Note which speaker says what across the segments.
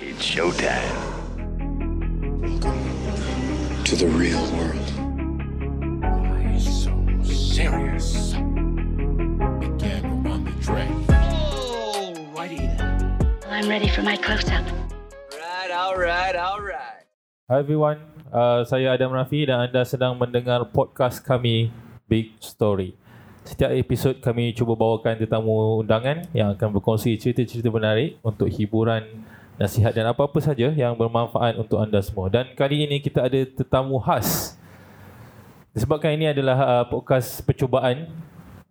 Speaker 1: It's showtime.
Speaker 2: to the real world.
Speaker 3: serious. Again on the track.
Speaker 4: I'm ready for my close up.
Speaker 5: Hi everyone, uh, saya Adam Rafi dan anda sedang mendengar podcast kami Big Story. Setiap episod kami cuba bawakan tetamu undangan yang akan berkongsi cerita-cerita menarik untuk hiburan, nasihat dan apa-apa saja yang bermanfaat untuk anda semua. Dan kali ini kita ada tetamu khas. Disebabkan ini adalah uh, podcast percubaan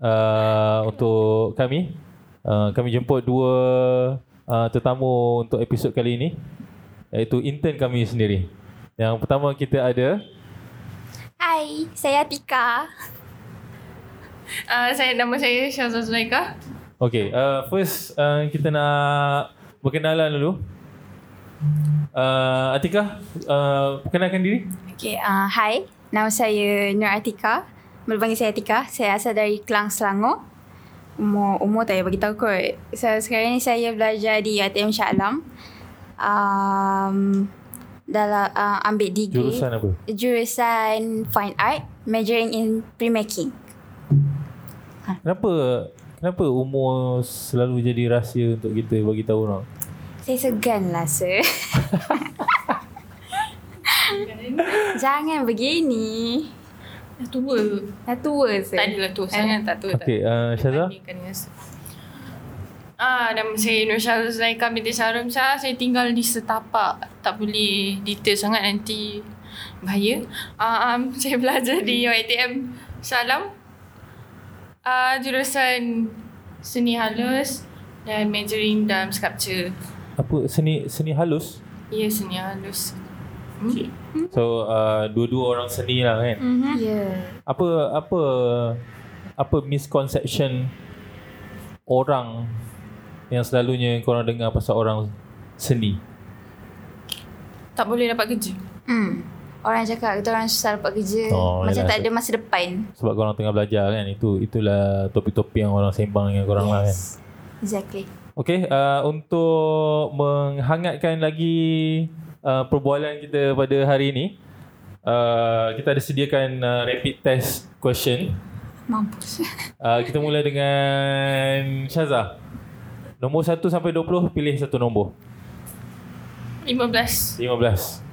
Speaker 5: uh, untuk kami. Uh, kami jemput dua uh, tetamu untuk episod kali ini iaitu intern kami sendiri. Yang pertama kita ada
Speaker 6: Hai, saya Atika.
Speaker 7: Uh, saya nama saya Syazwa Zulaika.
Speaker 5: Okay, uh, first uh, kita nak berkenalan dulu. Uh, Atika, uh, perkenalkan diri.
Speaker 6: Okay, uh, hai. Nama saya Nur Atika. Boleh panggil saya Atika. Saya asal dari Kelang, Selangor. Umur, umur tak payah beritahu kot. So, sekarang ni saya belajar di UiTM Shah Alam. Um, dalam uh, ambil degree.
Speaker 5: Jurusan apa?
Speaker 6: Jurusan Fine Art. Majoring in Printmaking.
Speaker 5: Kenapa kenapa umur selalu jadi rahsia untuk kita bagi tahu orang?
Speaker 6: Saya segan lah, sir. Jangan begini.
Speaker 7: Dah tua. Eh.
Speaker 6: Dah tua, sir.
Speaker 7: Tak adalah tua sangat. Tak tua.
Speaker 5: Okay, uh,
Speaker 7: tak.
Speaker 5: Syaza.
Speaker 7: Bandingkan dengan se- Ah, nama saya Nur Syazwa Zulaika binti Sarum Shah. Saya tinggal di Setapak. Tak boleh detail sangat nanti bahaya. Ah, um, saya belajar di UiTM Salam. Ah, jurusan seni halus dan majoring dalam sculpture.
Speaker 5: Apa seni seni halus?
Speaker 7: Ya, seni halus. Hmm?
Speaker 5: So uh, dua-dua orang seni lah kan.
Speaker 6: Ya. Yeah.
Speaker 5: apa apa apa misconception orang yang selalunya korang dengar pasal orang seni.
Speaker 7: Tak boleh dapat kerja.
Speaker 6: Hmm. Orang cakap kita orang susah dapat kerja.
Speaker 5: Oh,
Speaker 6: macam
Speaker 5: yelah.
Speaker 6: tak ada masa depan.
Speaker 5: Sebab korang tengah belajar kan itu itulah topik-topik yang orang sembang dengan korang yes. lah kan.
Speaker 6: Exactly.
Speaker 5: Okey, uh, untuk menghangatkan lagi uh, perbualan kita pada hari ini, uh, kita ada sediakan uh, rapid test question.
Speaker 6: Mampus.
Speaker 5: Uh, kita mula dengan Syazah. Nombor 1 sampai 20 pilih satu nombor.
Speaker 7: 15.
Speaker 5: 15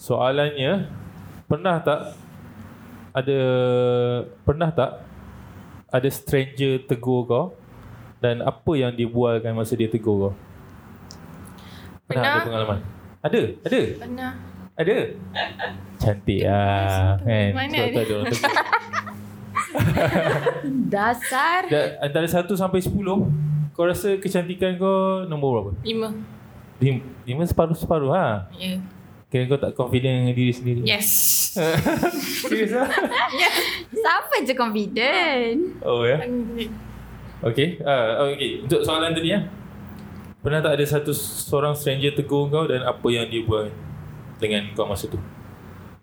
Speaker 5: Soalannya Pernah tak Ada Pernah tak Ada stranger tegur kau Dan apa yang dia bualkan masa dia tegur kau Pernah,
Speaker 7: Pernah.
Speaker 5: ada pengalaman Ada Ada
Speaker 7: Pernah.
Speaker 5: Ada Cantik lah kan?
Speaker 7: Mana
Speaker 5: Sebab tu
Speaker 7: ni?
Speaker 5: ada orang tegur
Speaker 6: Dasar.
Speaker 5: Dan Antara 1 sampai 10 Kau rasa kecantikan kau Nombor berapa?
Speaker 7: 5.
Speaker 5: 5 separuh-separuh ha?
Speaker 7: Ya.
Speaker 5: Kira kau tak confident dengan diri sendiri
Speaker 7: Yes.
Speaker 5: Serius lah
Speaker 6: Siapa je confident?
Speaker 5: Oh ya Okay, uh, okay. Untuk soalan tadi ya. Pernah tak ada satu seorang stranger tegur kau dan apa yang dia buat dengan kau masa tu?
Speaker 7: Oh,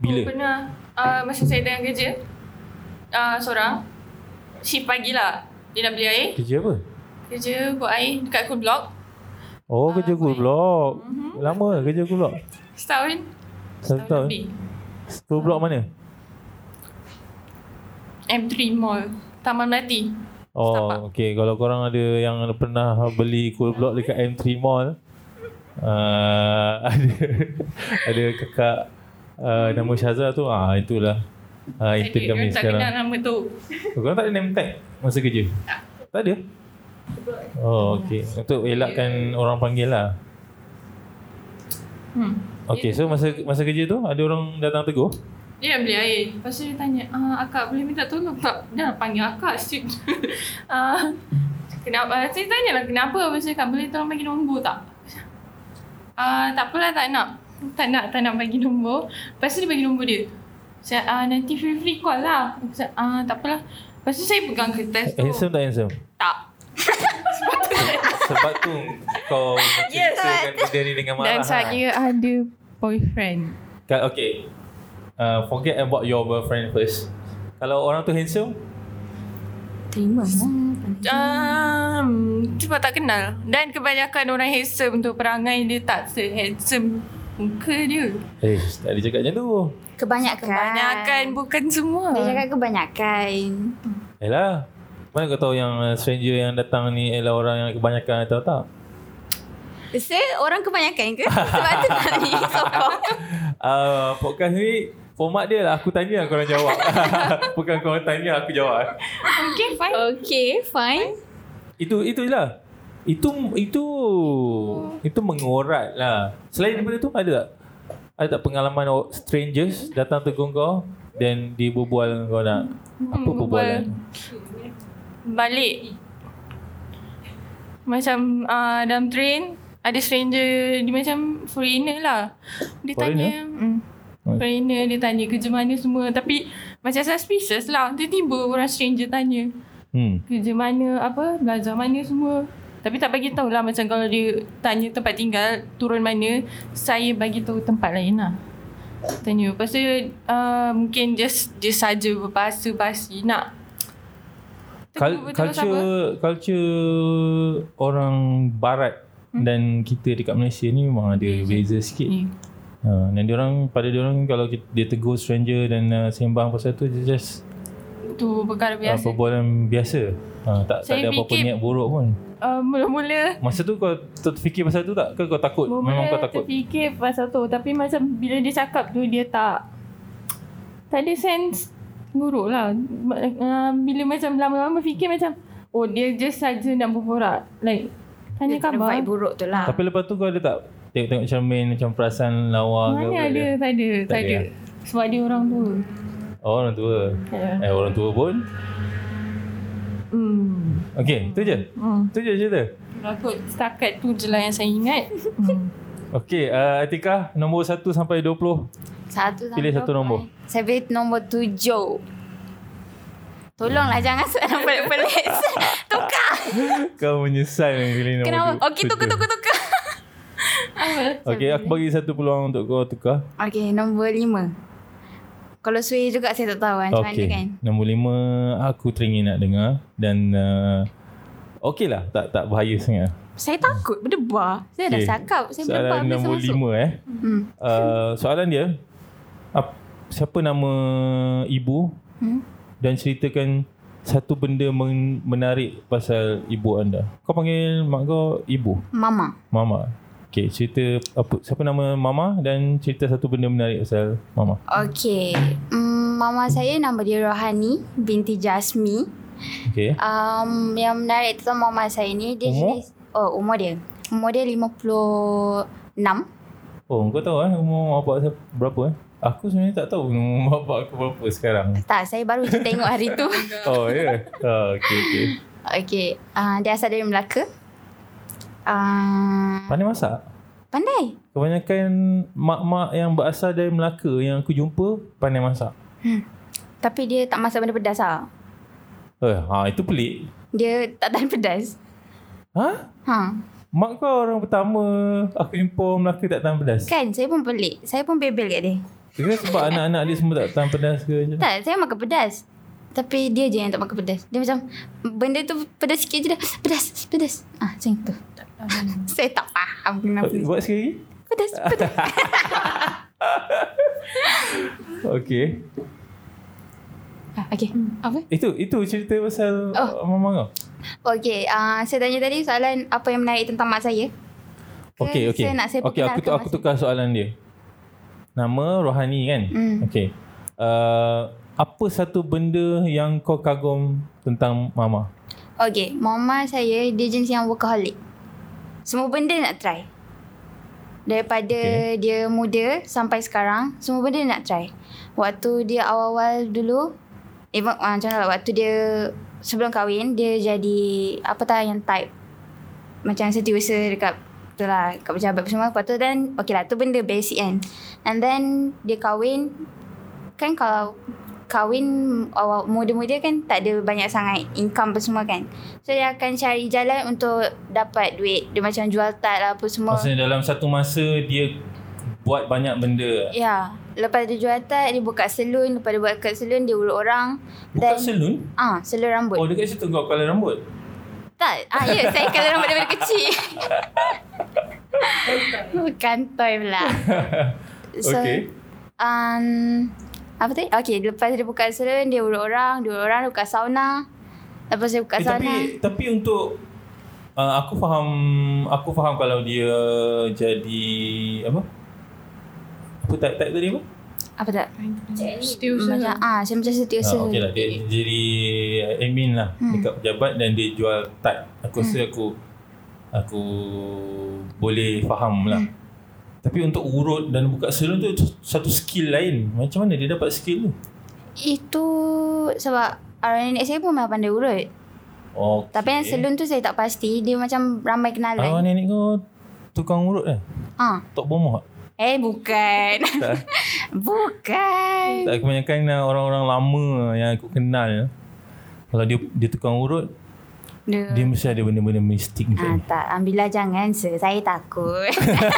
Speaker 5: Bila?
Speaker 7: pernah. Uh, masa saya tengah kerja. Uh, seorang. Shift pagi lah. Dia nak beli air.
Speaker 5: Kerja apa?
Speaker 7: Kerja buat air dekat cool block.
Speaker 5: Oh, kerja
Speaker 7: Ah,
Speaker 5: aku
Speaker 7: baik. Mhm.
Speaker 5: blok. Lama lah kerja aku blok.
Speaker 7: Setahun.
Speaker 5: Satu tahun.
Speaker 7: lebih.
Speaker 5: Kau blok mana?
Speaker 7: M3 Mall. Taman Melati.
Speaker 5: Oh,
Speaker 7: Setapak.
Speaker 5: okay. Kalau korang ada yang pernah beli cool block dekat M3 Mall, uh, ada ada kakak uh, nama Syazah tu. Ah, itulah. Ah, itu
Speaker 7: Saya
Speaker 5: kami
Speaker 7: tak kenal
Speaker 5: sekarang.
Speaker 7: nama tu.
Speaker 5: Oh, Korang tak ada name tag masa kerja? Tak. Tak ada? Oh, okey. Untuk elakkan orang panggil lah.
Speaker 7: Hmm.
Speaker 5: Okey, so masa masa kerja tu ada orang datang tegur?
Speaker 7: Dia nak beli air. Lepas tu dia tanya, ah, akak boleh minta tolong tak? Dia nak panggil akak straight. ah, kenapa? Saya tanya lah kenapa. Lepas tu akak boleh tolong bagi nombor tak? Ah, tak apalah tak nak. Tak nak, tak nak bagi nombor. Lepas tu dia bagi nombor dia. Saya, ah, nanti free-free call lah. Aku cakap, ah, tak apalah. Lepas tu saya pegang kertas tu.
Speaker 5: Handsome tak handsome?
Speaker 7: Tak.
Speaker 5: Sebab tu kau menceritakan benda ni dengan marah. lah.
Speaker 7: Dan saya ada boyfriend.
Speaker 5: Kan, okay. Uh, forget about your boyfriend first. Kalau orang tu handsome,
Speaker 6: terima lah.
Speaker 7: Um, sebab tak kenal Dan kebanyakan orang handsome tu Perangai dia tak se-handsome Muka dia
Speaker 5: Eh, tak ada cakap macam tu.
Speaker 6: Kebanyakan.
Speaker 7: Kebanyakan bukan semua
Speaker 6: Dia cakap kebanyakan.
Speaker 5: Eh lah. Mana kau tahu yang uh, stranger yang datang ni ialah orang yang kebanyakan atau tak?
Speaker 6: Saya orang kebanyakan ke? Sebab tu tak ni sokong.
Speaker 5: Uh, podcast ni format dia lah. Aku tanya korang jawab. Bukan korang tanya aku jawab.
Speaker 7: Okay fine
Speaker 6: Okay, fine.
Speaker 5: Itu itu je lah. Itu itu itu mengorat lah. Selain daripada tu ada tak? Ada tak pengalaman o- strangers datang tegur kau dan dia berbual dengan kau nak?
Speaker 6: Hmm,
Speaker 5: Apa
Speaker 7: berbual.
Speaker 5: perbualan?
Speaker 7: balik macam uh, dalam train ada stranger dia macam foreigner lah dia
Speaker 5: Foreigner?
Speaker 7: tanya mm,
Speaker 5: Oh.
Speaker 7: foreigner dia tanya kerja mana semua tapi macam suspicious lah tiba-tiba orang stranger tanya
Speaker 5: Hmm.
Speaker 7: kerja mana apa belajar mana semua tapi tak bagi tahu lah macam kalau dia tanya tempat tinggal turun mana saya bagi tahu tempat lain lah tanya lepas tu uh, mungkin just dia saja berbahasa basi nak lah
Speaker 5: Kal-
Speaker 7: Terus- terus
Speaker 5: culture culture orang barat hmm. dan kita dekat Malaysia ni memang ada beza sikit.
Speaker 7: Hmm.
Speaker 5: Ha, dan diorang pada diorang kalau kita, dia tegur stranger dan uh, sembang pasal tu dia just
Speaker 7: tu perkara
Speaker 5: uh,
Speaker 7: biasa
Speaker 5: perbualan biasa. Ha, tak tak
Speaker 7: Saya
Speaker 5: ada apa-apa
Speaker 7: fikir-
Speaker 5: niat buruk pun.
Speaker 7: uh, mula-mula
Speaker 5: Masa tu kau terfikir pasal tu tak ke kau takut? Memang
Speaker 7: mula-mula
Speaker 5: kau takut.
Speaker 7: terfikir pasal tu tapi macam bila dia cakap tu dia tak tak ada sense buruk lah Ma- uh, bila macam lama-lama fikir macam oh dia just saja nak berborak like tanya
Speaker 6: Dia kena
Speaker 7: khabar
Speaker 6: vibe buruk tu lah.
Speaker 5: Tapi lepas tu kau ada tak tengok-tengok macam main macam perasaan lawa ke apa ke?
Speaker 7: mana ada tak ada
Speaker 5: Tak
Speaker 7: tak ada
Speaker 5: ada.
Speaker 7: sebab dia orang tu
Speaker 5: Oh, orang tua.
Speaker 7: yeah.
Speaker 5: Eh orang tua pun.
Speaker 7: hmm.
Speaker 5: Okey, tu je.
Speaker 7: hmm.
Speaker 5: Tu je cerita.
Speaker 7: Takut setakat tu je lah yang saya ingat hmm.
Speaker 5: Okey, uh, Atika nombor 1 sampai 20.
Speaker 6: Satu sampai
Speaker 5: Pilih satu
Speaker 6: berapa,
Speaker 5: nombor.
Speaker 6: eh? Saya pilih nombor tujuh. Tolonglah jangan sebut nombor pelik-pelik. tukar.
Speaker 5: Kau menyesal yang pilih nombor
Speaker 6: Kenapa?
Speaker 7: Oh,
Speaker 5: tu-
Speaker 6: Okey,
Speaker 5: tujuh.
Speaker 6: tukar, tukar, tukar.
Speaker 5: Okey, aku bagi satu peluang untuk kau tukar.
Speaker 6: Okey, nombor lima. Kalau Sui juga saya tak tahu macam mana
Speaker 5: Okey.
Speaker 6: kan.
Speaker 5: Nombor lima aku teringin nak dengar dan uh, okey lah, tak tak bahaya sangat.
Speaker 6: Saya takut berdebar. Saya dah
Speaker 5: Okey.
Speaker 6: cakap. Saya berdebar
Speaker 5: Soalan
Speaker 6: bila
Speaker 5: nombor
Speaker 6: masuk.
Speaker 5: lima eh.
Speaker 6: Hmm.
Speaker 5: Uh, soalan dia ap, siapa nama ibu
Speaker 6: Hmm.
Speaker 5: dan ceritakan satu benda men- menarik pasal ibu anda. Kau panggil mak kau ibu,
Speaker 6: Mama.
Speaker 5: mama. Okey, cerita apa siapa nama mama dan cerita satu benda menarik pasal mama.
Speaker 6: Okey. Um, mama saya nama dia Rohani binti Jasmi.
Speaker 5: Okey. eh.
Speaker 6: Um, yang menarik tentang mama saya ni dia
Speaker 5: Umur?
Speaker 6: jenis oh umur dia. Umur dia 56.
Speaker 5: Oh, kau tahu eh umur mak bapak saya berapa eh? Aku sebenarnya tak tahu umur mak bapak aku berapa sekarang.
Speaker 6: Tak, saya baru je tengok hari tu.
Speaker 5: Oh, ya. Yeah. Oh, okey okey.
Speaker 6: Okey. Uh, dia asal dari Melaka. Uh,
Speaker 5: Pandai masak?
Speaker 6: pandai.
Speaker 5: Kebanyakan mak-mak yang berasal dari Melaka yang aku jumpa pandai masak.
Speaker 6: Hmm, Tapi dia tak masak benda pedas ah.
Speaker 5: Eh, ha itu pelik.
Speaker 6: Dia tak tahan pedas.
Speaker 5: Ha?
Speaker 6: Ha.
Speaker 5: Mak kau orang pertama aku jumpa orang Melaka tak tahan pedas.
Speaker 6: Kan saya pun pelik. Saya pun bebel kat dia.
Speaker 5: Kira sebab anak-anak dia semua tak tahan pedas ke je.
Speaker 6: Tak, saya makan pedas. Tapi dia je yang tak makan pedas. Dia macam benda tu pedas sikit je dah. Pedas, pedas. Ah, macam tu. saya tak faham kenapa.
Speaker 5: Buat sekali lagi.
Speaker 6: Pedas, pedas.
Speaker 5: Okey.
Speaker 6: ah, okay. Apa?
Speaker 5: Itu itu cerita pasal
Speaker 6: Oh.
Speaker 5: oh. mama kau.
Speaker 6: Okay, uh, saya tanya tadi soalan apa yang menarik tentang mak saya. Ke
Speaker 5: Okey okey.
Speaker 6: Kan? Saya nak saya
Speaker 5: Okey aku
Speaker 6: perkenalkan
Speaker 5: tu aku
Speaker 6: masa-
Speaker 5: tukar soalan dia. Nama Rohani kan?
Speaker 6: Hmm.
Speaker 5: Okey. Uh, apa satu benda yang kau kagum tentang mama?
Speaker 6: Okay, mama saya dia jenis yang workaholic. Semua benda dia nak try. Daripada okay.
Speaker 5: Okey.
Speaker 6: dia muda sampai sekarang, semua benda dia nak try. Waktu dia awal-awal dulu, eh, ma- ah, macam mana lah, waktu dia sebelum kahwin, dia jadi apa tak yang type. Macam setiausaha dekat tu lah, kat pejabat apa semua. Lepas tu dan, okay lah, tu benda basic kan. And then, dia kahwin, kan kalau kahwin awal muda-muda kan tak ada banyak sangat income apa semua kan. So dia akan cari jalan untuk dapat duit. Dia macam jual tat lah apa semua.
Speaker 5: Maksudnya dalam satu masa dia buat banyak benda.
Speaker 6: Ya. lepas dia jual tat, dia buka salon. Lepas dia buat kat salon, dia urut orang.
Speaker 5: Bukan salon?
Speaker 6: Ah, salon rambut.
Speaker 5: Oh dekat situ kau kalau rambut. Eh,
Speaker 6: Tak. Ah, ya, saya kalau rambut daripada kecil. Bukan toy pula. So,
Speaker 5: Okay.
Speaker 6: Um, apa tu? Okay, lepas dia buka salon, dia urut orang. Dia urut orang, dia buka sauna. Lepas dia buka
Speaker 5: Eh,
Speaker 6: sauna.
Speaker 5: tapi tapi untuk uh, aku faham aku faham kalau dia jadi apa? Apa tak tak tadi apa?
Speaker 6: Apa tak?
Speaker 7: Still
Speaker 6: Macam, ah, saya macam setiausaha.
Speaker 5: Ah, okay lah. Dia jadi uh, admin lah hmm.
Speaker 6: Hmm.
Speaker 5: dekat pejabat dan dia jual tat. Aku rasa aku aku boleh faham
Speaker 6: Hmm.
Speaker 5: lah. Tapi untuk urut dan buka salon tu satu skill lain. Macam mana dia dapat skill tu?
Speaker 6: Itu sebab arwah nenek saya pun memang pandai urut.
Speaker 5: Okay.
Speaker 6: Tapi yang salon tu saya tak pasti. Dia macam ramai
Speaker 5: Awak
Speaker 6: kenalan.
Speaker 5: nenek Ah, kau tukang urut eh?
Speaker 6: Ah,
Speaker 5: Tok bomoh tak?
Speaker 6: Eh, bukan.
Speaker 5: Tak.
Speaker 6: bukan.
Speaker 5: Tak kebanyakan uh, orang-orang lama yang aku kenal kalau dia dia tukang urut
Speaker 6: Dia,
Speaker 5: dia mesti ada benda-benda mistik
Speaker 6: Hmm. Ah,
Speaker 5: macam ni.
Speaker 6: tak, ambillah jangan sir. Saya takut.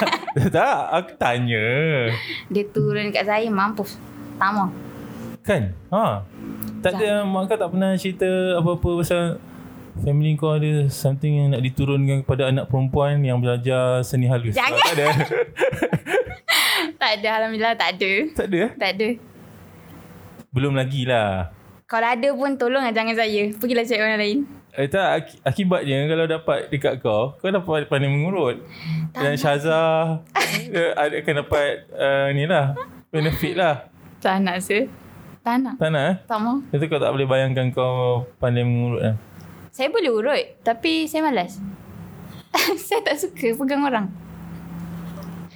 Speaker 5: tak, aku tanya.
Speaker 6: dia turun kat saya, mampus. Tak mau.
Speaker 5: Kan? Ha. Tak ada mak kau tak pernah cerita apa-apa pasal family kau ada something yang nak diturunkan kepada anak perempuan yang belajar seni halus.
Speaker 6: Jangan.
Speaker 5: Tak ada.
Speaker 6: tak ada, Alhamdulillah tak ada.
Speaker 5: tak ada. eh?
Speaker 6: Tak ada.
Speaker 5: Belum lagi lah.
Speaker 6: Kalau ada pun tolong lah jangan saya. Pergilah cari orang lain.
Speaker 5: Eh tak, ak- akibatnya kalau dapat dekat kau, kau dapat pandai mengurut. Dan Syaza dia ada- akan dapat uh, ni lah, benefit lah.
Speaker 6: Tak nak sir. Tak nak.
Speaker 5: Tak nak eh?
Speaker 6: Tak mau.
Speaker 5: Itu kau tak boleh bayangkan kau pandai mengurut lah.
Speaker 6: Saya boleh urut. Tapi saya malas. saya tak suka pegang orang.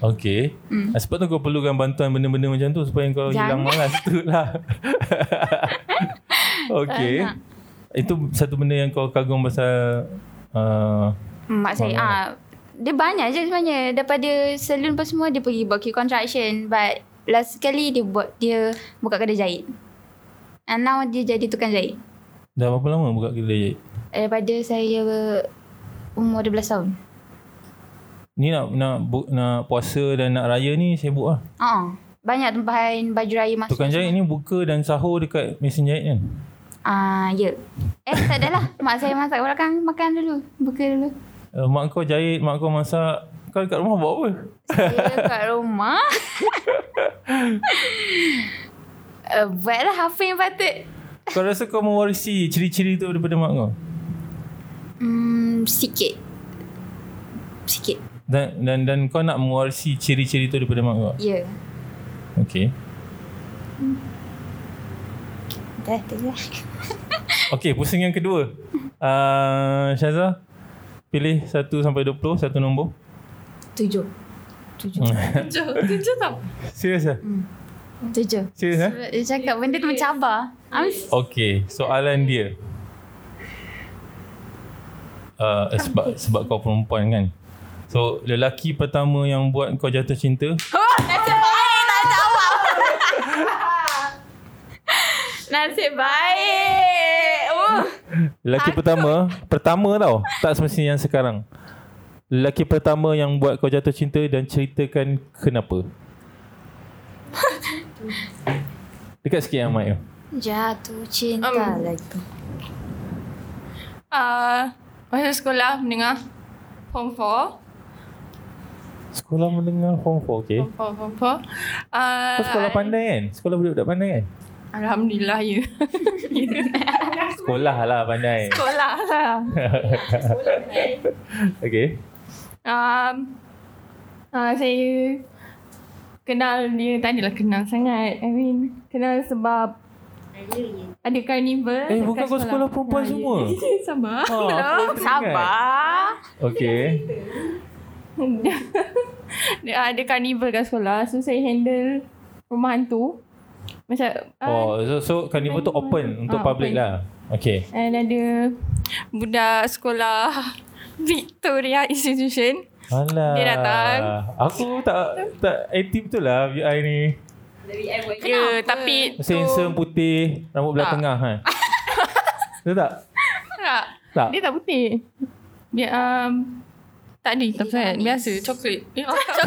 Speaker 5: Okay. Hmm. Sebab tu kau perlukan bantuan benda-benda macam tu supaya kau hilang
Speaker 6: Jangan.
Speaker 5: malas tu lah. okay.
Speaker 6: Tak
Speaker 5: Itu satu benda yang kau kagum pasal uh,
Speaker 6: Mak saya.
Speaker 5: Orang
Speaker 6: Ah, dia banyak je sebenarnya. Daripada salon apa semua, dia pergi buat key contraction. But last sekali dia buat, dia buka kedai jahit. And now dia jadi tukang jahit.
Speaker 5: dah berapa lama buka kedai jahit?
Speaker 6: Daripada saya umur 12 tahun.
Speaker 5: Ni nak nak, bu, nak puasa dan nak raya ni sibuk lah.
Speaker 6: Ah, banyak tempahan baju raya masuk.
Speaker 5: Tukang jahit ni buka dan sahur dekat mesin jahit kan?
Speaker 6: Ah, ya. Eh, tak adalah. Mak saya masak kat belakang. Makan dulu. Buka dulu.
Speaker 5: Uh, mak kau jahit, mak kau masak. Kau dekat rumah buat apa?
Speaker 6: Saya kat rumah. uh, buatlah apa yang patut.
Speaker 5: Kau rasa kau mewarisi ciri-ciri tu daripada mak kau?
Speaker 6: Hmm, sikit. Sikit.
Speaker 5: Dan dan dan kau nak mewarisi ciri-ciri tu daripada mak kau?
Speaker 6: Ya.
Speaker 5: Okay.
Speaker 6: Dah, dah, dah.
Speaker 5: Okay, pusing yang kedua. Uh, Syaza, pilih 1 sampai 20, satu nombor.
Speaker 6: Tujuh. Tujuh.
Speaker 7: Tujuh Tujuh tau
Speaker 5: Serius lah?
Speaker 6: Tujuh.
Speaker 5: Serius lah?
Speaker 6: Sebab Dia cakap benda tu mencabar. I'm s-
Speaker 5: Okay, soalan dia. Uh, eh, sebab sebab kau perempuan kan? So, lelaki pertama yang buat kau jatuh cinta?
Speaker 6: Oh, nasib baik tak jawab. nasib baik. Oh.
Speaker 5: Lelaki
Speaker 6: Takut.
Speaker 5: pertama Pertama tau Tak semestinya yang sekarang Lelaki pertama yang buat kau jatuh cinta Dan ceritakan kenapa Dekat sikit ya. yang mic tu
Speaker 6: Jatuh cinta
Speaker 7: Um.
Speaker 6: lagi.
Speaker 7: Ah, Masa sekolah mendengar Form 4
Speaker 5: Sekolah mendengar form 4 okay
Speaker 7: Form 4 Form 4 uh,
Speaker 5: Eh. Kau sekolah pandai kan Sekolah budak-budak pandai kan
Speaker 7: Alhamdulillah ya
Speaker 5: Sekolah lah pandai
Speaker 7: Sekolah lah
Speaker 5: Okay
Speaker 7: um, uh, saya kenal dia tak adalah kenal sangat. I mean, kenal sebab ada karnival.
Speaker 5: Eh
Speaker 7: dekat
Speaker 5: bukan kau sekolah perempuan
Speaker 7: Ah,
Speaker 5: semua Ha,
Speaker 7: ya. Sabar.
Speaker 5: apa yang teringat?
Speaker 6: Sabar.
Speaker 5: Okay
Speaker 7: Dia ah, ada karnival kat sekolah. So, saya handle rumah hantu. Macam,
Speaker 5: Oh
Speaker 7: oh.
Speaker 5: so, so carnival tu open Untuk
Speaker 7: Ah,
Speaker 5: public
Speaker 7: open.
Speaker 5: lah Okay
Speaker 7: and ada budak sekolah Victoria Institution.
Speaker 5: Alah.
Speaker 7: Dia datang.
Speaker 5: Aku tak tak aktif tu lah VI ni.
Speaker 7: Ya, yeah, tapi tu...
Speaker 5: Sensor putih, rambut belah
Speaker 7: Tak.
Speaker 5: tengah kan. Betul tak?
Speaker 7: Tak.
Speaker 5: Tak.
Speaker 7: Dia tak putih. Dia um, Tak ada hitam sangat. Biasa, coklat. Eh, akak.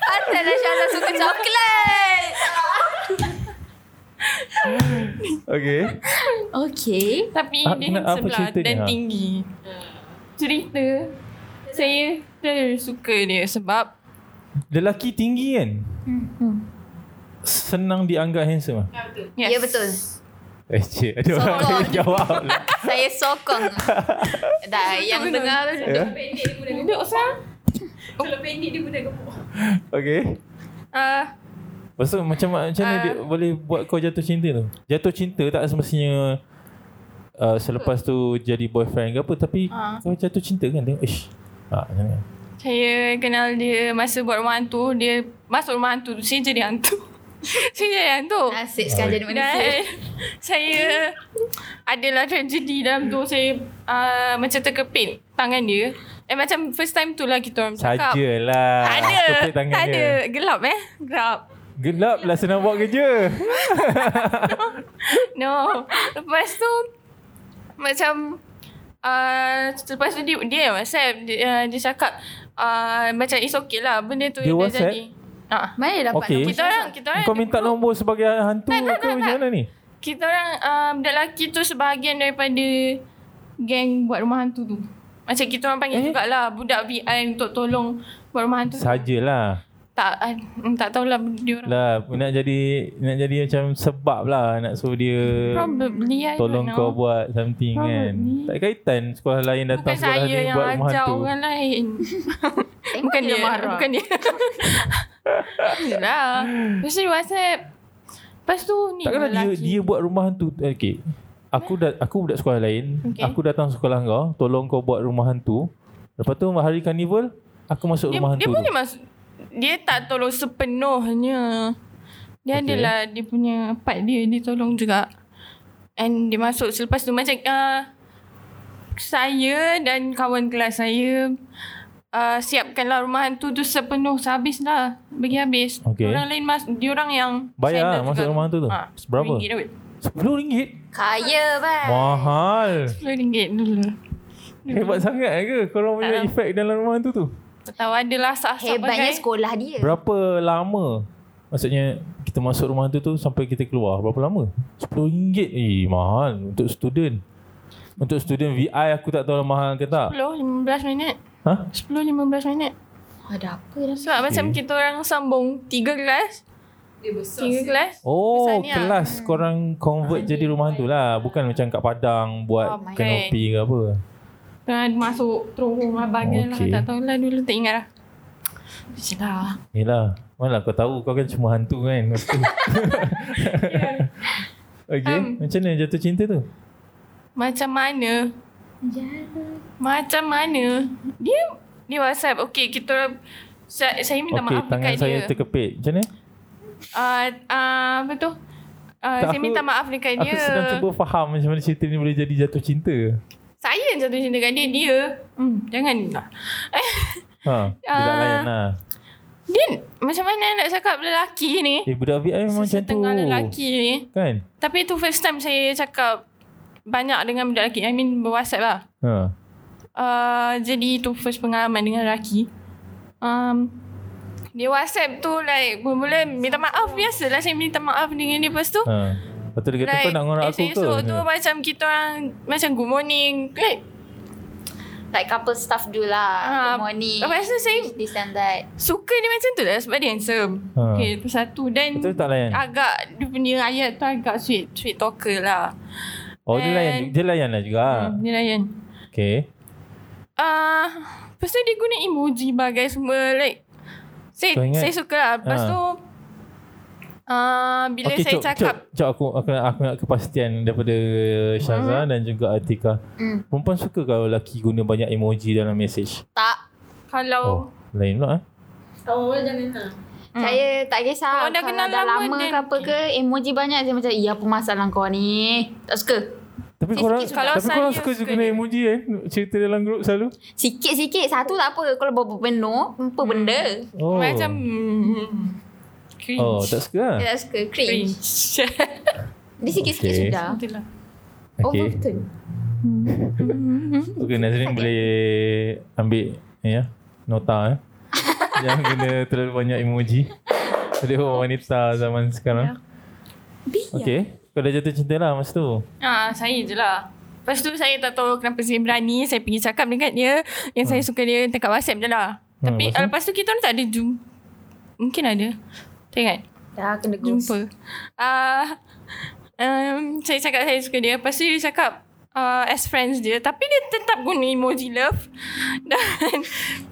Speaker 6: Patutlah Syahla suka coklat.
Speaker 5: Okay.
Speaker 6: Okay.
Speaker 7: Tapi
Speaker 5: Ah,
Speaker 7: dia
Speaker 5: nak- apa
Speaker 7: handsome lah
Speaker 5: ceritanya?
Speaker 7: dan tinggi. Cerita saya dia suka dia sebab
Speaker 5: Lelaki tinggi kan?
Speaker 7: Hmm.
Speaker 5: Senang dianggap handsome lah.
Speaker 6: Yes. Ya betul.
Speaker 5: Eh, cik. Ada orang
Speaker 6: Sokong.
Speaker 5: yang jawab lah.
Speaker 6: Saya sokong. Dah yang
Speaker 7: betul.
Speaker 6: dengar tu
Speaker 5: Ya.
Speaker 7: Duduk sekarang
Speaker 5: Okay.
Speaker 7: uh,
Speaker 5: Lepas tu macam, macam mana
Speaker 7: Ah.
Speaker 5: dia boleh buat kau jatuh cinta tu? Jatuh cinta tak semestinya uh, selepas tu jadi boyfriend ke apa. Tapi
Speaker 7: Ah.
Speaker 5: kau jatuh cinta kan? Tengok, ish. Ha, macam mana?
Speaker 7: Saya kenal dia masa buat rumah hantu Dia masuk rumah hantu tu Saya jadi hantu Saya jadi hantu
Speaker 6: Nasib sekarang jadi manusia.
Speaker 7: Dan saya adalah tragedi dalam tu Saya uh, macam terkepit tangan dia Eh macam first time tu lah kita orang cakap
Speaker 5: Sajalah.
Speaker 7: Tak ada
Speaker 5: Tepuk Ah, tangan
Speaker 7: Tak
Speaker 5: dia.
Speaker 7: ada Gelap eh Gelap
Speaker 5: Gelap lah senang buat kerja.
Speaker 7: No Lepas tu Macam uh, Lepas tu dia, dia yang whatsapp Dia, uh, dia cakap uh, Macam it's okay lah Benda tu
Speaker 5: Dia
Speaker 7: dah
Speaker 5: WhatsApp?
Speaker 7: jadi ha.
Speaker 6: Mana dia dapat
Speaker 5: Okey.
Speaker 6: nombor
Speaker 7: Kita
Speaker 6: Syahla?
Speaker 7: orang Kita orang
Speaker 5: Kau minta nombor sebagai hantu
Speaker 7: Tak, tak,
Speaker 5: ke
Speaker 7: tak,
Speaker 5: macam
Speaker 7: tak.
Speaker 5: mana ni?
Speaker 7: Kita orang uh, Budak lelaki tu sebahagian daripada Geng buat rumah hantu tu Macam kita orang panggil
Speaker 5: Eh?
Speaker 7: eh? jugalah Budak VI untuk tolong Buat rumah hantu tu
Speaker 5: Sajalah.
Speaker 7: Tak uh, Tak tahulah dia orang
Speaker 5: Lah nak jadi nak jadi macam sebab lah nak suruh dia
Speaker 7: Probably I
Speaker 5: tolong
Speaker 7: don't
Speaker 5: kau
Speaker 7: know.
Speaker 5: buat something kan.
Speaker 7: Probably.
Speaker 5: Tak kaitan sekolah lain datang
Speaker 7: Bukan
Speaker 5: sekolah
Speaker 7: saya
Speaker 5: ni
Speaker 7: yang
Speaker 5: buat rumah
Speaker 7: ajar
Speaker 5: hantu.
Speaker 7: orang lain
Speaker 6: Tengok
Speaker 7: Bukan dia,
Speaker 6: marah.
Speaker 7: bukan dia. Yelah. Lepas tu dia WhatsApp. Lepas tu ni
Speaker 5: Takkanlah dia
Speaker 7: lelaki.
Speaker 5: dia buat rumah hantu. Okey. Aku dah aku budak sekolah lain.
Speaker 7: Okey.
Speaker 5: Aku datang sekolah kau, tolong kau buat rumah hantu. Lepas tu hari karnival aku masuk
Speaker 7: dia,
Speaker 5: rumah
Speaker 7: dia
Speaker 5: hantu.
Speaker 7: boleh
Speaker 5: tu.
Speaker 7: masuk. Dia tak tolong sepenuhnya.
Speaker 5: Okey.
Speaker 7: Dia okay. adalah dia punya part dia. Dia tolong juga. And dia masuk selepas tu macam uh, saya dan kawan kelas saya uh, siapkanlah rumah hantu tu sepenuh sehabis lah. Bagi habis.
Speaker 5: Okey.
Speaker 7: Orang lain mas, dia orang yang
Speaker 5: Bayar lah
Speaker 7: handle
Speaker 5: masuk
Speaker 7: juga Ah,
Speaker 5: rumah hantu tu. Berapa?
Speaker 7: RM10 kot.
Speaker 5: RM10.
Speaker 6: Kaya bang.
Speaker 7: Eh.
Speaker 5: Mahal.
Speaker 7: RM10 dulu.
Speaker 5: Hebat sangat eh, ke korang punya
Speaker 7: Tak tahu.
Speaker 5: efek dalam rumah hantu tu?
Speaker 7: Tak tahu adalah sah-sah
Speaker 6: Hebatnya
Speaker 7: bagai.
Speaker 6: sekolah dia.
Speaker 5: Berapa lama? Maksudnya kita masuk rumah tu tu sampai kita keluar berapa lama? RM10. Eh mahal untuk student. Untuk student VI aku tak tahu lah mahal ke tak.
Speaker 7: 10 15 minit.
Speaker 5: Ha?
Speaker 7: 10 15 minit.
Speaker 6: Ada apa dah?
Speaker 7: Sebab okay. macam kita orang sambung 3 kelas. Dia besar. 3 kelas.
Speaker 5: Oh,
Speaker 7: Besarnya.
Speaker 5: kelas korang convert jadi rumah hantu lah. Bukan macam kat Padang buat
Speaker 7: Ah, Oh, baik.
Speaker 5: kanopi ke apa.
Speaker 7: Tengah masuk terowong lah bagian
Speaker 5: Okey.
Speaker 7: okay. lah. Tak tahu lah dulu tak ingat lah. Macam lah.
Speaker 5: Yelah, mana kau tahu kau kan cuma hantu kan. okay,
Speaker 7: Um.
Speaker 5: macam mana jatuh cinta tu?
Speaker 7: Macam mana? Macam mana? Dia dia WhatsApp. Okay, kita orang saya, saya minta
Speaker 5: Okey,
Speaker 7: okay, maaf
Speaker 5: tangan
Speaker 7: dekat
Speaker 5: saya
Speaker 7: dia.
Speaker 5: terkepit. Macam mana?
Speaker 7: uh, uh, apa tu? Uh,
Speaker 5: Tak,
Speaker 7: saya
Speaker 5: aku-
Speaker 7: minta maaf dekat
Speaker 5: Aku
Speaker 7: dia.
Speaker 5: sedang cuba faham macam mana cerita ni boleh jadi jatuh cinta.
Speaker 7: Saya yang jatuh cinta dengan dia Dia hmm, Jangan lah
Speaker 5: Ha, dia tak
Speaker 7: Ah.
Speaker 5: layan lah.
Speaker 7: Dia Macam mana nak cakap lelaki ni
Speaker 5: Eh, budak VI memang macam tu.
Speaker 7: Setengah lelaki ni
Speaker 5: Kan?
Speaker 7: Tapi tu first time saya cakap Banyak dengan budak lelaki I mean berwhatsapp lah
Speaker 5: Ha.
Speaker 7: uh, Jadi tu first pengalaman dengan lelaki um, Dia whatsapp tu like Mula-mula minta maaf Biasalah saya minta maaf dengan dia Lepas tu
Speaker 5: ha. Lepas tu dia kata, kau nak ngorak aku ke? Hmm.
Speaker 7: esok-esok Eh, tu macam kita orang Macam good morning Like
Speaker 6: Like couple stuff do
Speaker 7: Ah,
Speaker 6: lah. Good morning.
Speaker 7: lepas tu saya
Speaker 6: This and that.
Speaker 7: Suka dia macam tu lah Sebab dia handsome
Speaker 5: Ha.
Speaker 7: ha. Okay tu satu Dan
Speaker 5: Betul tak layan?
Speaker 7: agak Dia punya ayat tu agak sweet Sweet talker lah
Speaker 5: Oh, dia layan,
Speaker 7: and-
Speaker 5: dia layan lah juga.
Speaker 7: ha. Dia layan
Speaker 5: Okay.
Speaker 7: Ah, Lepas tu dia guna emoji bagai semua Like Saya,
Speaker 5: Kau ingat?
Speaker 7: saya suka lah Lepas
Speaker 5: Ha.
Speaker 7: tu uh, Bila okay, saya
Speaker 5: Cok,
Speaker 7: cakap
Speaker 5: Cok, Cok, aku, aku, nak, aku nak kepastian daripada Syazah
Speaker 7: Mm-hmm.
Speaker 5: dan juga Atika.
Speaker 7: Mm.
Speaker 6: Hmm.
Speaker 5: Perempuan suka kalau lelaki guna banyak emoji dalam mesej?
Speaker 6: Tak.
Speaker 5: Oh,
Speaker 7: Kalau
Speaker 5: lain pula eh.
Speaker 6: Hmm. Saya tak kisah
Speaker 7: Kalau Oh, dah kenal
Speaker 6: dah
Speaker 7: lama,
Speaker 6: lama,
Speaker 7: then-
Speaker 6: ke apa ke Emoji banyak Saya macam Ya apa masalah kau ni Tak suka
Speaker 5: Tapi
Speaker 6: Sikit
Speaker 5: korang,
Speaker 6: suka.
Speaker 7: Kalau
Speaker 5: tapi korang
Speaker 7: saya
Speaker 5: suka,
Speaker 7: suka
Speaker 5: suka guna
Speaker 7: dia.
Speaker 5: emoji eh? Cerita dalam grup selalu?
Speaker 6: Sikit-sikit Satu tak apa Kalau berapa penuh Apa benda
Speaker 5: Oh.
Speaker 7: Macam mm, Cringe
Speaker 5: Oh, tak suka lah.
Speaker 6: Saya tak suka Cringe
Speaker 7: Hmm. Cringe
Speaker 6: Dia sikit-sikit
Speaker 5: Okay.
Speaker 6: sudah
Speaker 7: Betul lah
Speaker 6: Overtone
Speaker 5: Okay, Nazrin boleh ambil ya, nota eh. Jangan guna terlalu banyak emoji. Dia orang wanita zaman
Speaker 7: Ya,
Speaker 5: sekarang. Okay. Kau dah jatuh cinta lah masa tu.
Speaker 7: Ah, saya je lah. Lepas tu saya tak tahu kenapa saya berani. Saya pergi cakap dekat dia. Yang saya suka dia dekat WhatsApp je lah.
Speaker 5: Hmm,
Speaker 7: Tapi
Speaker 5: lepas tu?
Speaker 7: lepas, tu kita orang tak ada jumpa. Mungkin ada. Tak ingat.
Speaker 6: Dah kena ghost.
Speaker 7: Jumpa. Ah, um, saya cakap saya suka dia. Lepas tu dia cakap uh, as friends dia. Tapi dia tetap guna emoji love. Dan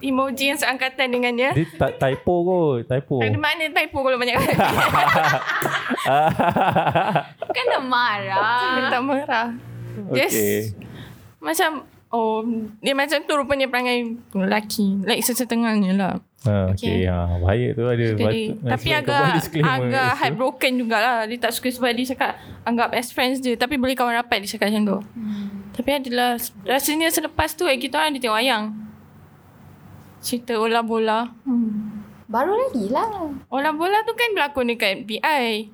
Speaker 7: emoji yang seangkatan dengan dia.
Speaker 5: Dia tak typo kot. Typo.
Speaker 7: Tak ada makna typo kalau banyak kali.
Speaker 6: Kan dah marah.
Speaker 7: tak marah. Just
Speaker 5: Okay.
Speaker 7: macam Oh Dia macam tu rupanya perangai Lelaki Like sesetengahnya lah
Speaker 5: Ha,
Speaker 7: Okay.
Speaker 5: okay. okay. Ha, bahaya tu ada.
Speaker 7: Jadi,
Speaker 5: batu-
Speaker 7: Tapi
Speaker 5: sebab kau buat
Speaker 7: agak
Speaker 5: disclaimer
Speaker 7: Agak
Speaker 5: kat situ.
Speaker 7: heartbroken jugalah Dia tak suka sebab dia cakap Anggap as friends dia Tapi boleh kawan rapat Dia cakap macam tu Tapi adalah Rasanya selepas tu eh, Kita orang ada tengok wayang Cerita Ola Bola
Speaker 6: Baru lagi lah.
Speaker 7: Ola Bola tu kan berlakon dekat BI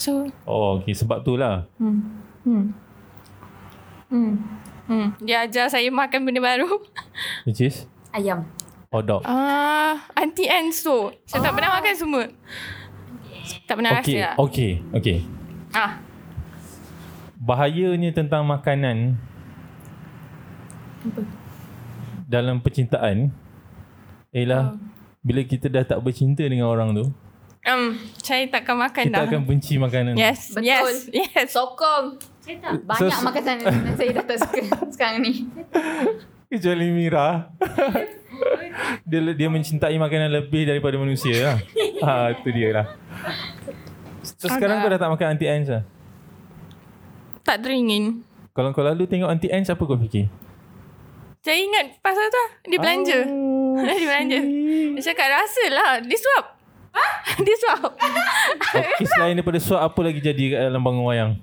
Speaker 7: So
Speaker 5: Oh, okay. Sebab tu lah.
Speaker 7: hmm, Dia ajar saya makan benda baru
Speaker 5: Which is
Speaker 6: Ayam.
Speaker 5: hot dog.
Speaker 7: Ah, anti ants tu. Saya tak pernah makan semua. Tak pernah
Speaker 5: Okay.
Speaker 7: rasa. lah.
Speaker 5: Okay. Okay.
Speaker 7: Ah,
Speaker 5: Bahayanya tentang makanan dalam percintaan
Speaker 7: Oh.
Speaker 5: ialah bila kita dah tak bercinta dengan orang tu,
Speaker 7: um, saya takkan makan
Speaker 5: kita
Speaker 7: dah.
Speaker 5: akan benci makanan. tu.
Speaker 7: Yes,
Speaker 6: Betul.
Speaker 7: yes, yes.
Speaker 6: Eh, Sokong. Banyak
Speaker 5: So-
Speaker 6: makanan yang saya dah tak suka sekarang ni.
Speaker 5: Kecuali Mira. dia dia mencintai makanan lebih daripada manusia lah. ha, tu dia lah. So sekarang
Speaker 7: Agak.
Speaker 5: kau dah tak makan anti ants lah.
Speaker 7: Tak teringin.
Speaker 5: Kalau kau lalu tengok anti ants apa kau fikir?
Speaker 7: Saya ingat pasal tu lah. Dia belanja.
Speaker 5: Oh,
Speaker 7: dia belanja. Dia cakap rasa lah. Dia suap. dia suap.
Speaker 5: Okay, selain Oh, daripada suap apa lagi jadi kat dalam bangun wayang?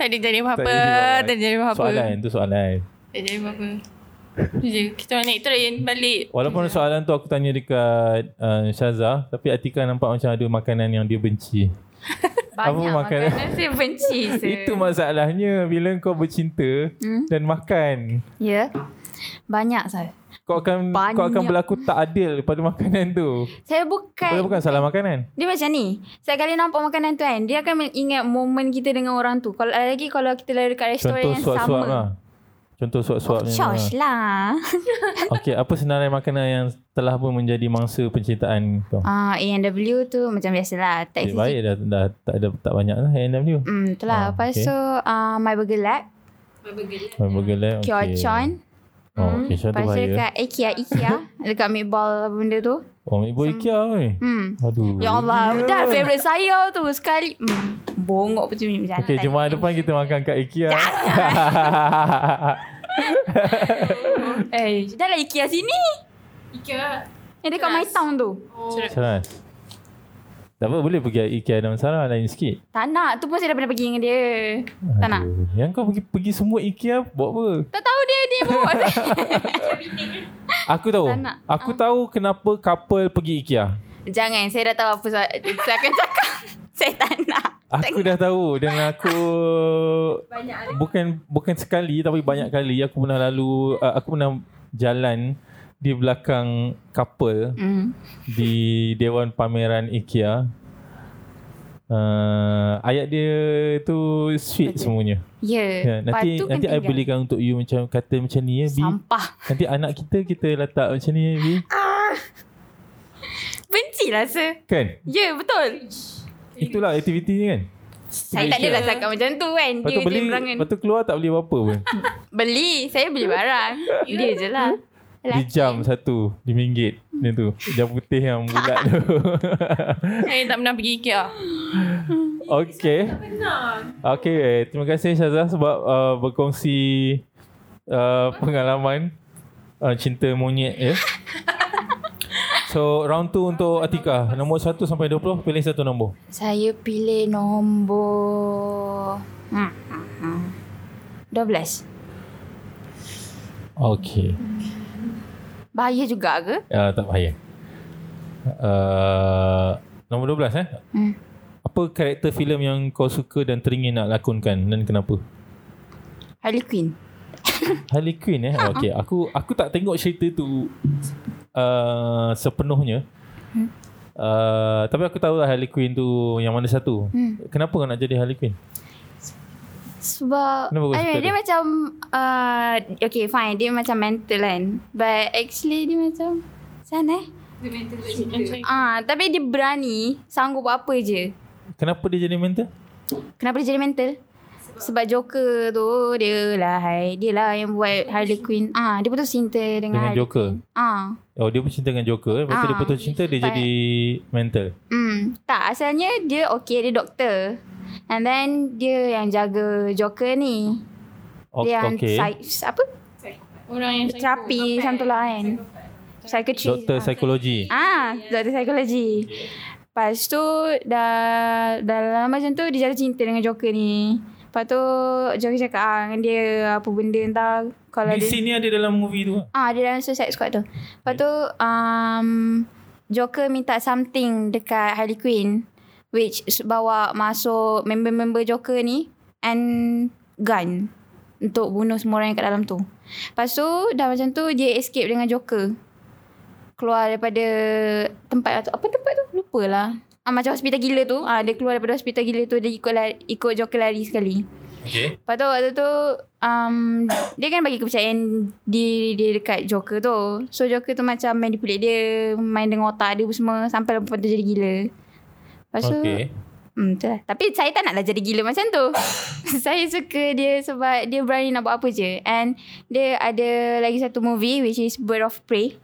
Speaker 7: tak ada jadi apa-apa.
Speaker 5: Tak
Speaker 7: Tak ada jadi apa-apa.
Speaker 5: Soalan tu soalan.
Speaker 7: Tak jadi apa-apa. Tu je. Kita orang naik train balik.
Speaker 5: Walaupun soalan tu aku tanya dekat uh, Syaza Tapi Atika nampak macam ada makanan yang dia benci
Speaker 6: Banyak
Speaker 5: Apa makanan?
Speaker 6: makanan. saya benci. saya.
Speaker 5: Itu masalahnya bila kau bercinta
Speaker 6: Hmm.
Speaker 5: dan makan
Speaker 6: Ya. Banyak saya.
Speaker 5: Kau akan Banyak. kau akan
Speaker 6: Banyak. Kan?
Speaker 5: berlaku tak adil pada makanan tu
Speaker 6: Saya
Speaker 5: Bukan,
Speaker 6: bukan.
Speaker 5: bukan salah makanan
Speaker 6: Dia macam ni. Setiap kali nampak makanan tu kan, dia akan ingat momen kita dengan orang tu. Kalau eh, lagi kalau kita lari dekat restoran
Speaker 5: Contoh
Speaker 6: yang
Speaker 5: suap-suap
Speaker 6: sama.
Speaker 5: lah Contoh suap-suap ni lah.
Speaker 6: Shush lah.
Speaker 5: Okey, apa senarai makanan yang telah pun menjadi mangsa pencintaan kau?
Speaker 6: Ah, A&W tu macam biasalah.
Speaker 5: Eh,
Speaker 6: Taxi
Speaker 5: baik dah, dah tak ada tak banyak lah A&W.
Speaker 6: Hmm, itulah. Ah,
Speaker 5: Ah,
Speaker 6: Lepas
Speaker 5: okay.
Speaker 6: tu, uh, My Burger Lab,
Speaker 5: Burger Lab. okey.
Speaker 6: Kyochon.
Speaker 5: Oh,
Speaker 6: Mm.
Speaker 5: Kyochon tu
Speaker 6: Lepas tu
Speaker 5: bahaya.
Speaker 6: dekat IKEA, IKEA. dekat meatball apa benda tu.
Speaker 5: Oh, Ibu Ikea oi.
Speaker 6: Hmm.
Speaker 5: Aduh.
Speaker 6: Ya Allah, dah favourite saya tu sekali. Hmm, bongok macam ni.
Speaker 5: Okey, Jumaat depan kita makan kat IKEA.
Speaker 6: Ya. Eh, dah lah IKEA sini.
Speaker 7: Ika.
Speaker 6: Yang dekat My Town tu.
Speaker 5: Salah. Tak apa, boleh pergi IKEA dalam sana lain sikit.
Speaker 6: Tak nak. Tu pun saya dah pernah pergi dengan dia. Tak nak.
Speaker 5: Aduh. Yang kau pergi pergi semua IKEA buat apa?
Speaker 6: Tak tahu dia, dia bawa saya.
Speaker 5: Aku tahu.
Speaker 6: Tak nak.
Speaker 5: Aku tahu kenapa couple pergi IKEA.
Speaker 6: Jangan, saya dah tahu apa saya, saya akan cakap. saya tak nak.
Speaker 5: Aku dah tahu dan aku bukan bukan sekali tapi banyak kali aku pernah lalu uh, aku pernah jalan di belakang couple
Speaker 6: Hmm.
Speaker 5: di dewan pameran IKEA. Uh, ayat dia tu sweet
Speaker 6: Betul.
Speaker 5: semuanya.
Speaker 6: Ya.
Speaker 5: Ya,
Speaker 6: Lepas
Speaker 5: nanti
Speaker 6: tu kan
Speaker 5: nanti I
Speaker 6: tinggal.
Speaker 5: belikan untuk you macam kata macam ni ya Bi.
Speaker 6: Sampah.
Speaker 5: Nanti anak kita kita letak macam ni ya Bi.
Speaker 6: Bencilah saya.
Speaker 5: Kan?
Speaker 6: Ya, betul.
Speaker 5: Itulah aktiviti ni kan.
Speaker 6: Saya tak adalah cakap macam tu kan.
Speaker 5: Lepas
Speaker 6: Dia
Speaker 5: tu
Speaker 6: je
Speaker 5: beli,
Speaker 6: berangan.
Speaker 5: lepas tu keluar tak beli apa-apa pun.
Speaker 6: Beli. Saya beli barang. Dia je lah.
Speaker 5: Di jam satu RM5 Dia tu Jam putih yang bulat tu
Speaker 7: Saya tak pernah pergi Ikea.
Speaker 5: Okay Okay eh, Terima kasih Syazah Sebab uh, berkongsi uh, Pengalaman uh, Cinta monyet ya So round 2 untuk Atika Nombor 1 sampai 20 Pilih satu nombor
Speaker 6: Saya pilih nombor... Hmm. hmm, hmm. 12.
Speaker 5: Okay
Speaker 6: Bahaya juga ke?
Speaker 5: uh, Tak bahaya uh, Nombor 12 eh
Speaker 6: Hmm.
Speaker 5: Apa karakter filem yang kau suka dan teringin nak lakonkan dan kenapa?
Speaker 6: Harley Quinn.
Speaker 5: Harley Quinn eh. Oh, Okay, aku aku tak tengok cerita tu uh, sepenuhnya.
Speaker 6: Hmm.
Speaker 5: Uh, tapi aku tahu lah Harley Quinn tu yang mana satu. Hmm. Kenapa kau nak jadi Harley Quinn?
Speaker 6: Sebab
Speaker 5: Kenapa kau
Speaker 6: I
Speaker 5: suka
Speaker 6: don't know, dia
Speaker 5: dia?
Speaker 6: macam uh, Okay fine Dia macam mental kan But actually dia macam Sana eh
Speaker 7: Dia mental cerita.
Speaker 6: Ah, Tapi dia berani Sanggup buat apa je
Speaker 5: Kenapa dia jadi mentor?
Speaker 6: Kenapa dia jadi mental? Sebab Joker tu Dia lah hai. Dia lah yang buat Harley Quinn ah, Dia putus cinta dengan,
Speaker 5: Dengan
Speaker 6: Harley
Speaker 5: Joker.
Speaker 6: Quinn. ah.
Speaker 5: Oh dia bercinta dengan Joker eh. Lepas tu dia
Speaker 6: Ah,
Speaker 5: putus cinta dia
Speaker 6: but-
Speaker 5: jadi mental.
Speaker 6: Hmm, tak asalnya dia okay dia doktor. And then dia yang jaga Joker ni.
Speaker 5: O-
Speaker 6: dia yang
Speaker 5: okay.
Speaker 6: psy- apa?
Speaker 7: Orang yang
Speaker 6: Terapi macam tu lah kan. Psychiatry.
Speaker 5: Doktor psikologi.
Speaker 6: Ah, doktor psikologi. Lepas tu dah dah lama macam tu dia jatuh cinta dengan Joker ni. Lepas tu Joker cakap ah, dengan dia apa benda entah Ah, kalau
Speaker 5: Di
Speaker 6: dia
Speaker 5: sini ada dalam movie tu.
Speaker 6: Ah, dia dalam Suicide Squad tu. Lepas tu um, Joker minta something dekat Harley Quinn which s- bawa masuk member-member Joker ni and gun untuk bunuh semua orang yang kat dalam tu. Lepas tu dah macam tu dia escape dengan Joker. Keluar daripada tempat tu. Apa tempat tu? Lupalah. Ah, macam hospital gila tu. Ah, dia keluar daripada hospital gila tu dia ikut lari, ikut Joker lari sekali.
Speaker 1: Okay.
Speaker 6: Lepas tu waktu tu um, Dia kan bagi kepercayaan diri dia dekat Joker tu So Joker tu macam manipulate dia Main dengan otak dia apa semua Sampai perempuan tu jadi gila Lepas tu okay.
Speaker 5: Okay.
Speaker 6: hmm, tu lah. Tapi saya tak naklah jadi gila macam tu Saya suka dia sebab dia berani nak buat apa je And dia ada lagi satu movie Which is Bird of Prey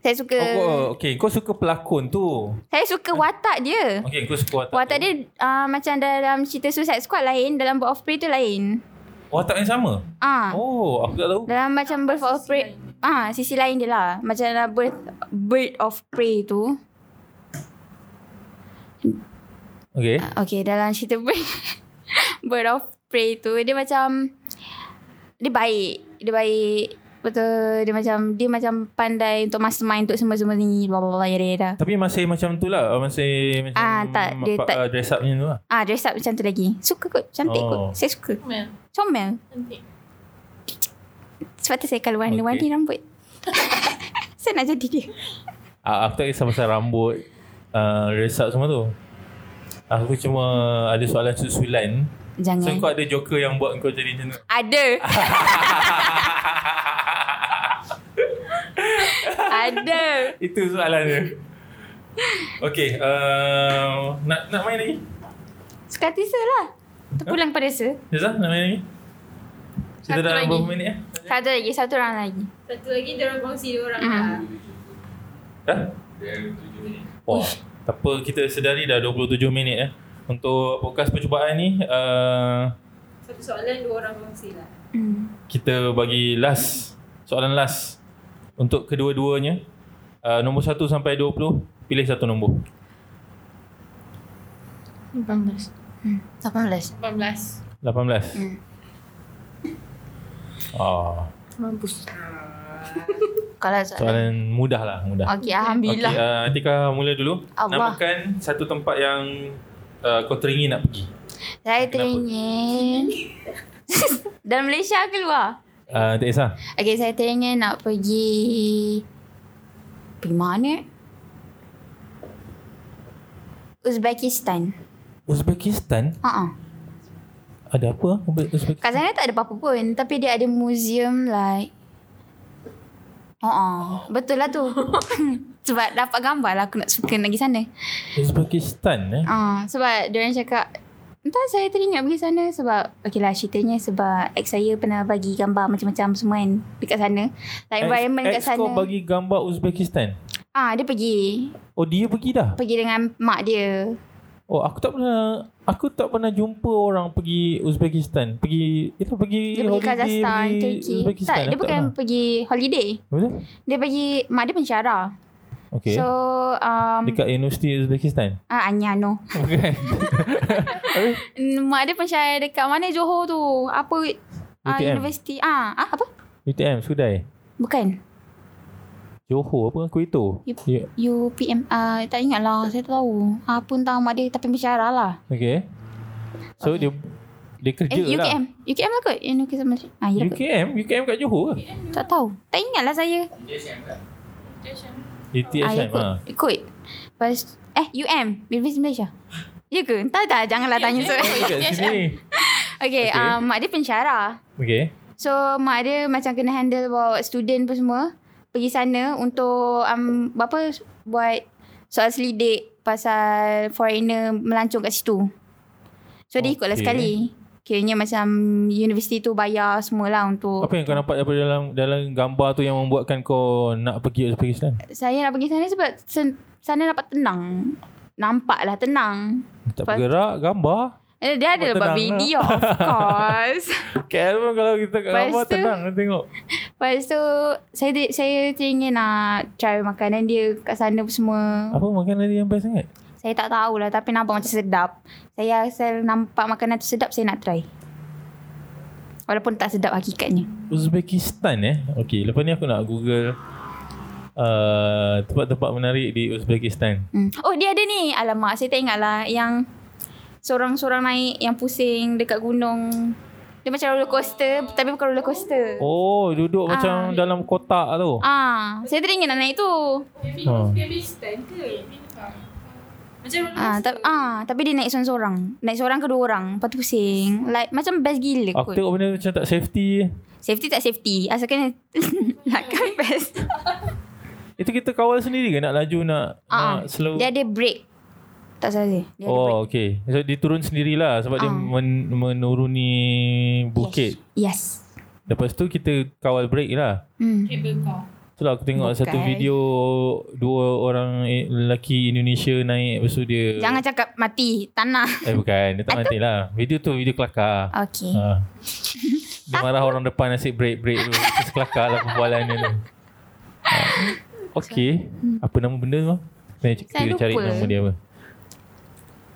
Speaker 6: Saya suka
Speaker 5: Oh, kau, okay, kau suka pelakon tu.
Speaker 6: Saya suka watak dia
Speaker 5: Okay, kau suka watak.
Speaker 6: Watak
Speaker 5: tu.
Speaker 6: dia uh, macam dalam cerita Suicide Squad lain Dalam Bird of Prey tu lain
Speaker 5: Watak yang sama.
Speaker 6: Ah.
Speaker 5: Oh, aku tak tahu.
Speaker 6: Dalam macam Birth of Prey Ah, sisi lain dia lah Macam dalam Birth, Bird of Prey tu
Speaker 5: Okay.
Speaker 6: Okay dalam cerita Bird Bird of Prey tu Dia macam Dia baik Dia baik Betul Dia macam Dia macam pandai Untuk mastermind Untuk semua-semua ni bla ya, bla bla yada yada
Speaker 5: Tapi masih macam tu lah Masih macam
Speaker 6: Ah, tak, dia
Speaker 5: pa-
Speaker 6: tak-
Speaker 5: ah, Dress up macam tu lah
Speaker 6: Ah dress up macam tu lagi Suka kot Cantik kot
Speaker 5: Oh.
Speaker 6: Saya suka
Speaker 7: Mel,
Speaker 6: Comel
Speaker 7: cantik.
Speaker 6: Sebab tu saya kalau warna-warni
Speaker 5: Okay.
Speaker 6: rambut Saya nak jadi dia
Speaker 5: ah, Aku tak kisah pasal rambut uh, Dress up semua tu Aku cuma ada soalan susulan So
Speaker 6: Jangan
Speaker 5: kau ada joker yang buat kau jadi macam tu
Speaker 6: Ada Ada
Speaker 5: Itu soalan dia Okay uh, nak, nak main lagi?
Speaker 6: Suka hati saya lah Terpulang pada saya
Speaker 5: Jazah ah, nak main lagi? Kita
Speaker 7: Satu
Speaker 5: dah
Speaker 7: lagi.
Speaker 5: berapa minit eh?
Speaker 6: Satu lagi Satu orang lagi
Speaker 8: Satu lagi dia orang kongsi dia orang
Speaker 6: Hmm.
Speaker 8: lah.
Speaker 5: Dah? Wah, tak apa kita sedari dah 27 minit eh Untuk podcast percubaan ni uh,
Speaker 8: Satu soalan dua orang kongsi lah.
Speaker 6: hmm.
Speaker 5: kita bagi last soalan last untuk kedua-duanya uh, nombor 1 sampai 20 pilih satu nombor
Speaker 7: 18.
Speaker 6: 18
Speaker 7: 18.
Speaker 5: 18
Speaker 6: Hmm.
Speaker 5: ah
Speaker 7: Mampus.
Speaker 6: Kalau
Speaker 5: soalan mudah lah mudah
Speaker 6: Okey
Speaker 5: okey
Speaker 6: Alhamdulillah
Speaker 5: uh, Atika mula dulu
Speaker 6: Allah.
Speaker 5: namakan satu tempat yang uh, kau teringin nak pergi
Speaker 6: Saya
Speaker 5: Kenapa?
Speaker 6: teringin Dalam Malaysia ke luar?
Speaker 5: uh, tak kisah
Speaker 6: Okey saya teringin nak pergi Pergi mana? Uzbekistan
Speaker 5: Uzbekistan
Speaker 6: uh-uh.
Speaker 5: ada apa Ube- Uzbekistan
Speaker 6: Kat sana tak ada apa-apa pun Tapi dia ada museum like uh-uh. Betul lah tu Sebab dapat gambar lah Aku nak suka nak pergi sana
Speaker 5: Uzbekistan eh
Speaker 6: Ah, sebab dia orang cakap entah saya teringat pergi sana sebab okey lah ceritanya sebab ex saya pernah bagi gambar macam-macam semua kan dekat sana. Like environment
Speaker 5: Ex-
Speaker 6: kat
Speaker 5: ex
Speaker 6: sana.
Speaker 5: kau bagi gambar Uzbekistan
Speaker 6: Ah, dia pergi.
Speaker 5: oh dia pergi dah
Speaker 6: Pergi dengan mak dia.
Speaker 5: Oh, aku tak pernah aku tak pernah jumpa orang pergi Uzbekistan. Pergi itu
Speaker 6: Dia
Speaker 5: pergi
Speaker 6: pergi Kazakhstan, Turki.
Speaker 5: Uzbekistan. lah.
Speaker 6: Tak, dia
Speaker 5: Aku
Speaker 6: bukan pergi holiday.
Speaker 5: pernah. Betul?
Speaker 6: Dia pergi mak dia pensyarah.
Speaker 5: Okey.
Speaker 6: So,
Speaker 5: So,
Speaker 6: um,
Speaker 5: Dekat Universiti Uzbekistan.
Speaker 6: ah, Anya no.
Speaker 5: Bukan.
Speaker 6: Mm, Mak dia pensyarah dekat mana Johor tu? Apa ah,
Speaker 5: UTM.
Speaker 6: universiti? Ah, ah, apa?
Speaker 5: UTM Sudai.
Speaker 6: Bukan.
Speaker 5: Johor apa Kuito.
Speaker 6: Yup.
Speaker 5: Ya.
Speaker 6: UPM ah, tak Ah, ingat lah. Saya tak tahu. Apa entah mak dia tapi pensyarah lah.
Speaker 5: Okey. So dia Dia kerja
Speaker 6: Eh,
Speaker 5: eh, lah.
Speaker 6: UKM. UKM lah kot. University of Malaysia. Ah, ya lah kot.
Speaker 5: UKM? UKM kat Johor ke?
Speaker 6: Tak tahu. Tak ingat lah saya. Ah, ya
Speaker 5: UTSM
Speaker 6: kot.
Speaker 5: ha.
Speaker 6: Ikut. Lepas, eh, UM. University of Malaysia. Ya ke? Entah dah. Janganlah tanya so.
Speaker 5: Kat sini.
Speaker 6: Okay.
Speaker 5: Okay.
Speaker 6: Um, mak dia pensyarah.
Speaker 5: Okay.
Speaker 6: So, mak dia macam kena handle bawa student pun semua. Pergi sana untuk um, apa buat soal selidik pasal foreigner melancong kat situ. So, dia ikutlah
Speaker 5: Okay.
Speaker 6: sekali. Kiranya macam universiti tu bayar semualah untuk
Speaker 5: Apa yang kau nampak daripada dalam dalam gambar tu yang membuatkan kau nak pergi kan? ke Pakistan?
Speaker 6: saya nak pergi sana sebab sen- sana nampak tenang. Nampak lah tenang.
Speaker 5: Tak
Speaker 6: Pas-
Speaker 5: bergerak, gambar.
Speaker 6: Eh, Dia ada
Speaker 5: Nampak
Speaker 6: lepas
Speaker 5: tenang lah.
Speaker 6: video of course.
Speaker 5: KL pun kalau kita kat
Speaker 6: Lepas
Speaker 5: gambar
Speaker 6: tu-
Speaker 5: tenang kan tengok.
Speaker 6: Lepas tu saya di- saya teringin nak try makanan dia kat sana pun semua.
Speaker 5: Apa makanan dia yang best sangat?
Speaker 6: Saya tak tahulah tapi nampak macam sedap. Saya asal nampak makanan tu sedap saya nak try. Walaupun tak sedap hakikatnya.
Speaker 5: Uzbekistan eh. Okey, lepas ni aku nak Google uh, tempat-tempat menarik di Uzbekistan.
Speaker 6: Hmm. Oh dia ada ni. Alamak saya tak ingat lah yang seorang-seorang naik yang pusing dekat gunung. Dia macam roller coaster tapi bukan roller coaster.
Speaker 5: Oh, duduk
Speaker 6: Ah.
Speaker 5: macam dalam kotak tu.
Speaker 6: Ah, saya teringin nak naik tu.
Speaker 5: Ha.
Speaker 8: Baby stand ke? Macam roller
Speaker 6: Ah, ta- ah, tapi dia naik seorang-seorang. Naik seorang ke dua orang. Lepas tu pusing. Like macam best gila
Speaker 5: Aku
Speaker 6: kot.
Speaker 5: tengok benda macam tak safety.
Speaker 6: Safety tak safety. Asalkan nakkan best.
Speaker 5: Itu kita kawal sendiri ke nak laju nak,
Speaker 6: Ah,
Speaker 5: nak slow?
Speaker 6: dia ada break. Tak salah saya. Dia ada break.
Speaker 5: Oh, okey. So, dia turun sendirilah sebab dia
Speaker 6: Ah.
Speaker 5: men- menuruni bukit.
Speaker 6: Yes.
Speaker 5: Lepas tu kita kawal break lah.
Speaker 6: Hmm.
Speaker 7: Kabel kau.
Speaker 5: Itulah aku tengok
Speaker 6: Bukan.
Speaker 5: Bukan. satu video dua orang eh, lelaki Indonesia naik lepas tu dia
Speaker 6: Jangan cakap mati. Tanah.
Speaker 5: eh bukan dia tak mati lah. Video tu video kelakar.
Speaker 6: Okay.
Speaker 5: Ha. Dia marah orang depan asyik break-break tu. Terus kelakar lah perbualan dia tu. Ha. Okey. Apa nama benda tu? Saya,
Speaker 6: Hmm. Saya
Speaker 5: kita cari
Speaker 6: lupa.
Speaker 5: nama dia apa.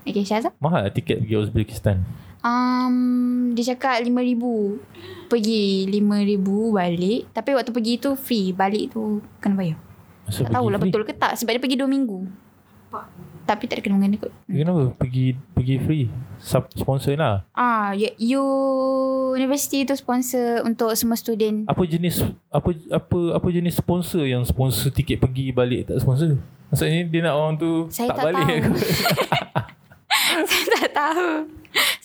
Speaker 6: Okay, Syazah.
Speaker 5: Mahal lah tiket pergi Uzbekistan.
Speaker 6: Um, dia cakap RM5,000. Pergi RM5,000 balik. Tapi waktu pergi tu free. Balik tu kena bayar.
Speaker 5: Masa
Speaker 6: Tak tahulah
Speaker 5: free?
Speaker 6: betul ke tak. Sebab dia pergi 2 minggu. Tapi tak ada kena-mengena kot.
Speaker 5: Dia Kenapa? Pergi pergi free. Sub, sponsor lah.
Speaker 6: Ah, you, you university tu sponsor untuk semua student.
Speaker 5: Apa jenis apa apa apa jenis sponsor yang sponsor tiket pergi balik tak sponsor? Maksudnya dia nak orang tu
Speaker 6: Saya tak
Speaker 5: balik.
Speaker 6: tahu. Saya tak tahu.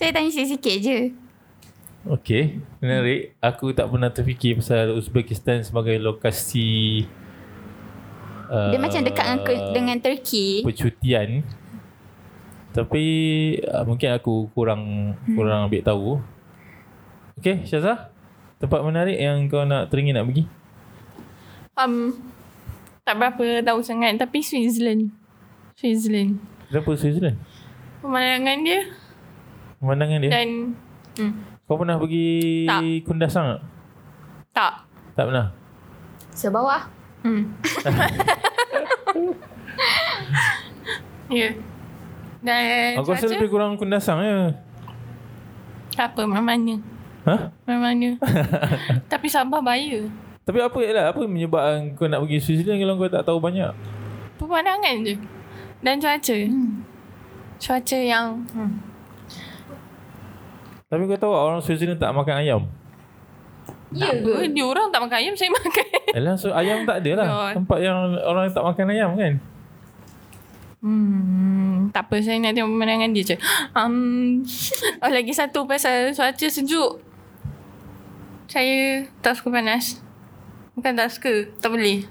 Speaker 6: Saya tanya sikit-sikit je.
Speaker 5: Okey, menarik. Aku tak pernah terfikir pasal Uzbekistan sebagai lokasi uh,
Speaker 6: Dia macam dekat dengan, ke- dengan Turkey.
Speaker 5: percutian. Tapi uh, mungkin aku kurang
Speaker 6: Hmm.
Speaker 5: kurang ambil tahu. Okey, Syazah. Tempat menarik yang kau nak teringin nak pergi?
Speaker 7: Um, tak berapa tahu sangat tapi Switzerland. Switzerland.
Speaker 5: Kenapa Switzerland?
Speaker 7: Pemandangan dia
Speaker 5: Pemandangan dia.
Speaker 7: dan hmm,
Speaker 5: Kau pernah pergi
Speaker 7: Tak.
Speaker 5: Kundasang tak?
Speaker 7: tak.
Speaker 5: Tak pernah.
Speaker 6: Sebawah.
Speaker 7: Hmm. ya. Yeah. Dan
Speaker 5: Aku rasa
Speaker 7: cuaca,
Speaker 5: lebih kurang Kundasang ya.
Speaker 7: tak apa mana-mana.
Speaker 5: Ha?
Speaker 7: Mana-mana. tapi Sabah bahaya.
Speaker 5: Tapi apa lah apa menyebabkan kau nak pergi Switzerland kalau kau tak tahu banyak?
Speaker 7: Pemandangan je. Dan cuaca. Hmm. Cuaca yang hmm.
Speaker 5: Tapi kau tahu tak, orang Switzerland tak makan ayam.
Speaker 7: Ya ke? Dia orang tak makan ayam, saya makan.
Speaker 5: Alah so ayam tak ada lah.
Speaker 7: Lord.
Speaker 5: Tempat yang orang tak makan ayam kan.
Speaker 7: Hmm, tak apa, saya nak tengok pemandangan dia je. Um, oh, lagi satu pasal cuaca sejuk. Saya tak suka panas. Bukan tak suka, tak boleh.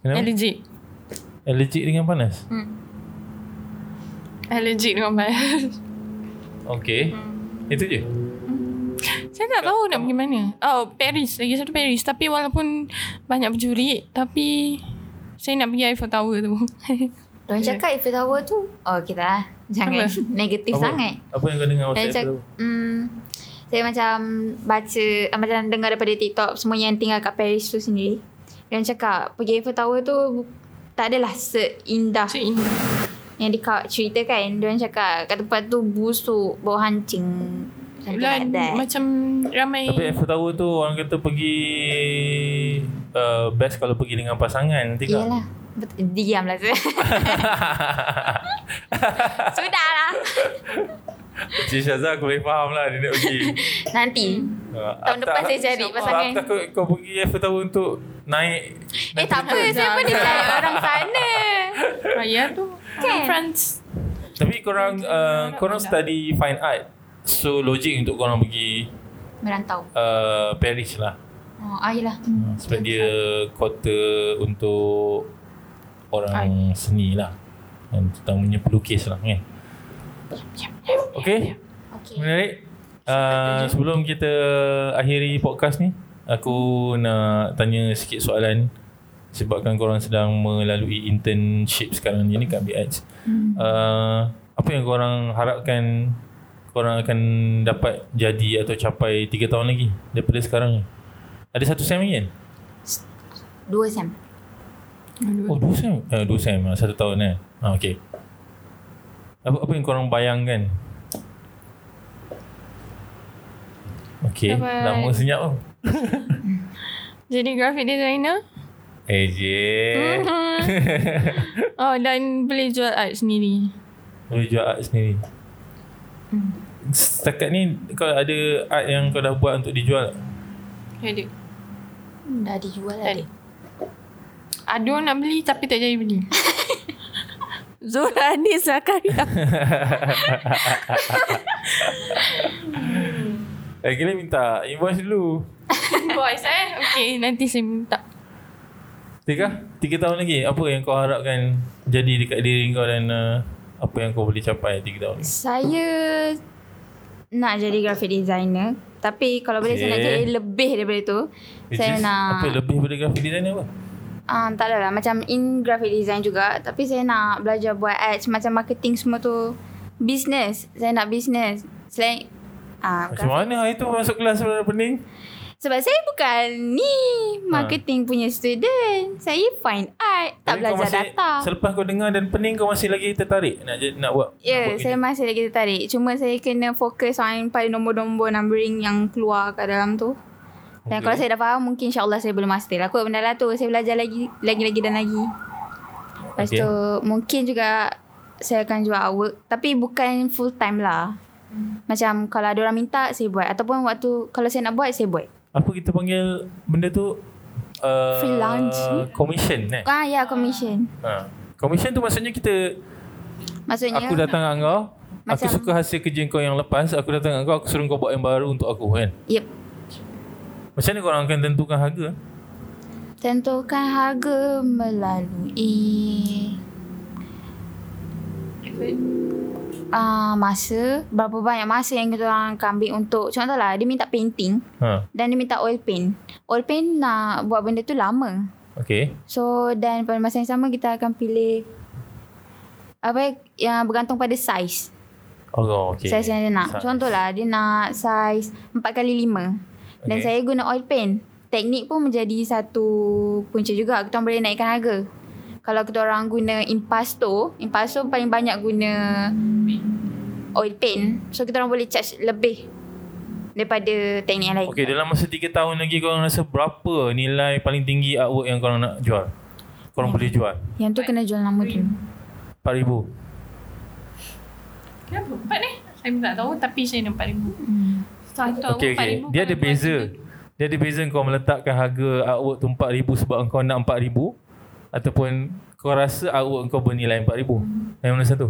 Speaker 5: Kenapa?
Speaker 7: Allergic.
Speaker 5: Allergic dengan panas.
Speaker 6: Hmm.
Speaker 7: Allergic dengan panas.
Speaker 5: Okey.
Speaker 6: Hmm.
Speaker 5: Itu je.
Speaker 7: saya tak tahu nak pergi mana. Oh, Paris. Lagi satu Paris. Tapi walaupun banyak pencuri, tapi saya nak pergi Eiffel Tower tu.
Speaker 6: Diorang
Speaker 7: Ya.
Speaker 6: cakap Eiffel Tower tu. Oh, kita lah. Jangan
Speaker 7: Apa?
Speaker 6: negatif
Speaker 5: Apa?
Speaker 6: Eh, sangat.
Speaker 5: Apa yang kau dengar
Speaker 6: Saya
Speaker 5: WhatsApp
Speaker 6: cakap,
Speaker 5: tu?
Speaker 6: hmm, saya macam baca, ah, macam dengar daripada TikTok semua yang tinggal kat Paris tu sendiri. Diorang cakap pergi Eiffel Tower tu bu- tak adalah seindah
Speaker 7: Cik Indah.
Speaker 6: yang dia kau- cerita kan. Diorang cakap kat tempat tu busuk, bau hancing. Something
Speaker 7: Lah,
Speaker 6: like that.
Speaker 7: macam ramai...
Speaker 5: Tapi Eiffel Tower tu orang kata pergi uh, best kalau pergi dengan pasangan nanti kau.
Speaker 6: Iyalah. Bet- lah, Diamlah saya. Sudahlah.
Speaker 5: Cik Syazah aku boleh faham lah dia nak pergi.
Speaker 6: Nanti.
Speaker 5: Ah,
Speaker 6: Tahun depan saya cari pasangan.
Speaker 5: Aku takut kau pergi aku tahu untuk naik.
Speaker 6: Eh tak apa, saya pun dia cari orang sana.
Speaker 7: Raya tu
Speaker 6: Kan?
Speaker 7: France
Speaker 5: Tapi korang uh, korang study fine art. So logik untuk korang pergi
Speaker 9: Merantau.
Speaker 5: uh, Paris lah.
Speaker 9: Oh, ah, yelah.
Speaker 5: Sebab dia kota untuk orang seni lah. Dan terutamanya pelukis lah kan. Okay.
Speaker 9: Okay.
Speaker 5: Menarik. Uh, sebelum kita akhiri podcast ni, aku nak tanya sikit soalan sebabkan korang sedang melalui internship sekarang ni kat BH. Uh, apa yang korang harapkan korang akan dapat jadi atau capai 3 tahun lagi daripada sekarang ni? Ada satu sem lagi kan?
Speaker 9: Dua Sam.
Speaker 5: Oh, dua sem? Eh, dua sem. ah, Satu tahun eh. Ah, okay. Apa, apa yang korang bayangkan? Okay,
Speaker 7: Dapat.
Speaker 5: lama senyap tu.
Speaker 7: Jadi graphic designer
Speaker 5: Eh, je.
Speaker 6: Hmm?
Speaker 7: Oh dan boleh jual art sendiri
Speaker 5: Boleh jual art sendiri. Setakat ni, kau ada art yang kau dah buat untuk dijual tak?
Speaker 7: Jadi
Speaker 9: Dah dijual lah.
Speaker 7: Dah. Ada orang nak beli tapi tak jadi beli Zora ni Zakaria
Speaker 5: Lagi ni Eh, minta invoice dulu.
Speaker 7: Boys eh Okay nanti saya minta
Speaker 5: Tiga, tiga tahun lagi. Apa yang kau harapkan jadi dekat diri kau dan uh, apa yang kau boleh capai tiga tahun lagi?
Speaker 6: Saya nak jadi graphic designer. Tapi kalau boleh saya nak
Speaker 5: Okay.
Speaker 6: jadi lebih daripada tu.
Speaker 5: Which
Speaker 6: saya
Speaker 5: is
Speaker 6: nak...
Speaker 5: Apa lebih daripada graphic designer apa?
Speaker 6: Ah, tak adalah macam in graphic design juga tapi saya nak belajar buat ads macam marketing semua tu business saya nak business selain ah bukan.
Speaker 5: Macam mana hari tu masuk kelas sebenarnya pening?
Speaker 6: sebab saya bukan ni marketing punya student saya fine art tak
Speaker 5: Ah. Tapi kau
Speaker 6: belajar
Speaker 5: masih,
Speaker 6: data
Speaker 5: Selepas kau dengar dan pening kau masih lagi tertarik nak je- nak buat.
Speaker 6: ya yeah,
Speaker 5: nak buat
Speaker 6: saya
Speaker 5: kerja.
Speaker 6: masih lagi tertarik cuma saya kena fokus on pada nombor-nombor numbering yang keluar kat dalam tu dan
Speaker 5: Okay.
Speaker 6: kalau saya dah faham mungkin insyaAllah saya boleh master lah kot benda lah tu. Saya belajar lagi lagi-lagi dan lagi. Lepas okay.
Speaker 5: Okay.
Speaker 6: tu mungkin juga saya akan jual artwork tapi bukan full time lah. Macam kalau ada orang minta saya buat ataupun waktu kalau saya nak buat saya buat.
Speaker 5: apa kita panggil benda tu uh,
Speaker 6: Freelance.
Speaker 5: commission eh.
Speaker 6: Ah ya commission.
Speaker 5: Ha. Commission tu maksudnya kita
Speaker 6: Maksudnya
Speaker 5: aku datang kat kau, aku
Speaker 6: Macam-
Speaker 5: suka hasil kerja kau yang lepas, aku datang kat kau, aku suruh kau buat yang baru untuk aku kan.
Speaker 6: yep.
Speaker 5: Macam mana korang akan tentukan harga?
Speaker 6: Tentukan harga melalui uh, masa berapa banyak masa yang kita orang akan ambil untuk contohlah dia minta painting
Speaker 5: Ha.
Speaker 6: Dan dia minta oil paint. Oil paint nak buat benda tu lama.
Speaker 5: Okay.
Speaker 6: So dan pada masa yang sama kita akan pilih apa yang bergantung pada saiz.
Speaker 5: Oh, okay.
Speaker 6: Okay. Saiz yang dia nak.
Speaker 5: Sa-
Speaker 6: Contohlah dia nak saiz 4x5. Dan
Speaker 5: Okay.
Speaker 6: saya guna oil paint. Teknik pun menjadi satu punca juga. Kita orang boleh naikkan harga. Kalau kita orang guna impasto, impasto paling banyak guna oil paint. So kita orang boleh charge lebih daripada teknik yang lain.
Speaker 5: Okay, dalam masa 3 tahun lagi korang rasa berapa nilai paling tinggi artwork yang korang nak jual? Korang boleh jual?
Speaker 6: Yang tu kena jual nama dulu.
Speaker 5: RM4,000.
Speaker 7: Kenapa? Empat ni? Saya tak tahu tapi saya nampak ribu. Hmm. Satu aku
Speaker 5: Okey,
Speaker 7: empat
Speaker 5: okey.
Speaker 7: ribu,
Speaker 5: Dia
Speaker 7: kalau
Speaker 5: ada
Speaker 7: dua
Speaker 5: beza.
Speaker 7: tiga.
Speaker 5: Dia ada beza kau meletakkan harga artwork tu RM4,000 sebab kau nak RM4,000 ataupun kau rasa artwork kau bernilai RM4,000. Yang mana satu?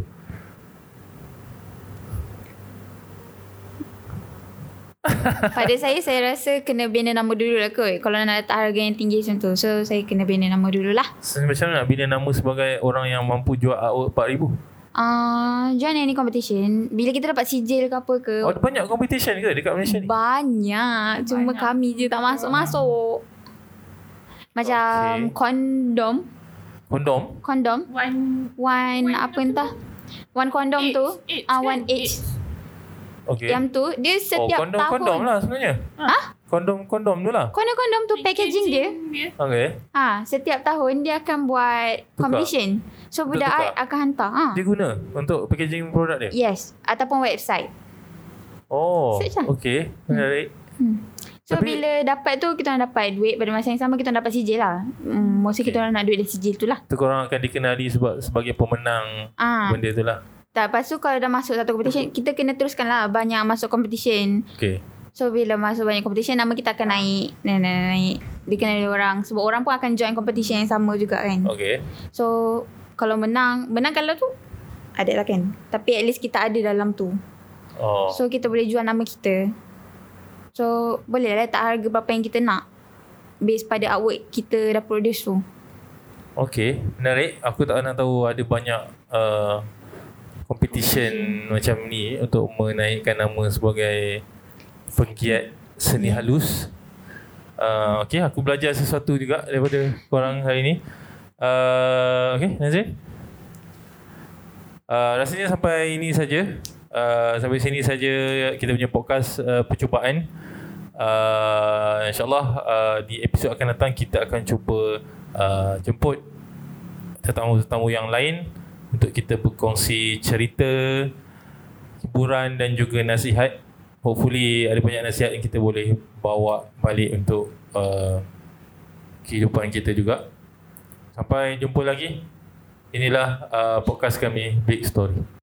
Speaker 6: Pada saya saya rasa kena bina nama dulu lah kot. Kalau nak letak harga yang tinggi macam tu. So saya kena bina nama dulu lah.
Speaker 5: So, macam mana nak bina nama sebagai orang yang mampu jual artwork RM4,000?
Speaker 6: Uh, join any competition. Bila kita dapat sijil ke apa ke.
Speaker 5: Oh, ada banyak competition ke dekat Malaysia ni?
Speaker 6: banyak. Cuma
Speaker 7: Banyak.
Speaker 6: kami je tak masuk-masuk. Macam
Speaker 5: Okay.
Speaker 6: kondom.
Speaker 5: Kondom?
Speaker 6: Kondom.
Speaker 7: One
Speaker 6: One,
Speaker 7: One
Speaker 6: apa entah. One kondom
Speaker 7: H,
Speaker 6: tu.
Speaker 7: H
Speaker 6: Ah, one
Speaker 7: kan?
Speaker 6: H.
Speaker 5: Okay.
Speaker 6: Yang tu dia
Speaker 5: oh,
Speaker 6: setiap
Speaker 5: kondom,
Speaker 6: tahun.
Speaker 5: kondom lah sebenarnya.
Speaker 6: Hah?
Speaker 5: Kondom-kondom tu lah.
Speaker 6: Kondom-kondom tu packaging dia.
Speaker 7: dia.
Speaker 5: Okay.
Speaker 6: Ha, setiap tahun dia akan buat
Speaker 5: Tukar.
Speaker 6: competition. So
Speaker 5: Untuk
Speaker 6: budak
Speaker 5: tukar?
Speaker 6: art akan hantar. Ha.
Speaker 5: Dia guna untuk packaging produk dia?
Speaker 6: Yes, ataupun website.
Speaker 5: Oh,
Speaker 6: Search lah.
Speaker 5: okay. Menarik.
Speaker 6: Hmm. So
Speaker 5: Tapi-
Speaker 6: Tapi, bila dapat tu kita orang dapat duit pada masa yang sama kita orang dapat sijil lah. Hmm, mostly
Speaker 5: Okay.
Speaker 6: kita orang nak duit dari sijil tu lah.
Speaker 5: Tu korang akan dikenali sebab sebagai pemenang
Speaker 6: Ah,
Speaker 5: benda tu lah.
Speaker 6: Tak, lepas tu kalau dah masuk satu competition, kita kena teruskan lah banyak masuk competition.
Speaker 5: Okay.
Speaker 6: So, bila masuk banyak competition, nama kita akan naik. Naik, naik, naik. Dikenali orang. Sebab orang pun akan join competition yang sama juga kan.
Speaker 5: Okay.
Speaker 6: So, kalau menang, menang kalau tu, ada lah kan. Tapi at least kita ada dalam tu.
Speaker 5: Oh.
Speaker 6: So, kita boleh jual nama kita. So, boleh lah letak harga berapa yang kita nak. Based pada artwork kita dah produce tu.
Speaker 5: Okay, menarik. Aku tak pernah tahu ada banyak uh, competition macam ni untuk menaikkan nama sebagai penggiat seni halus. Uh, okay, aku belajar sesuatu juga daripada korang hari ni. Uh, okay, Nazir. Uh, rasanya sampai ini saja. Uh, sampai sini saja kita punya podcast uh, percubaan. Uh, InsyaAllah uh, di episod akan datang kita akan cuba uh, jemput tetamu-tetamu yang lain untuk kita berkongsi cerita, hiburan dan juga nasihat. Hopefully ada banyak nasihat yang kita boleh bawa balik untuk uh, kehidupan kita juga. Sampai jumpa lagi. Inilah uh, podcast kami Big Story.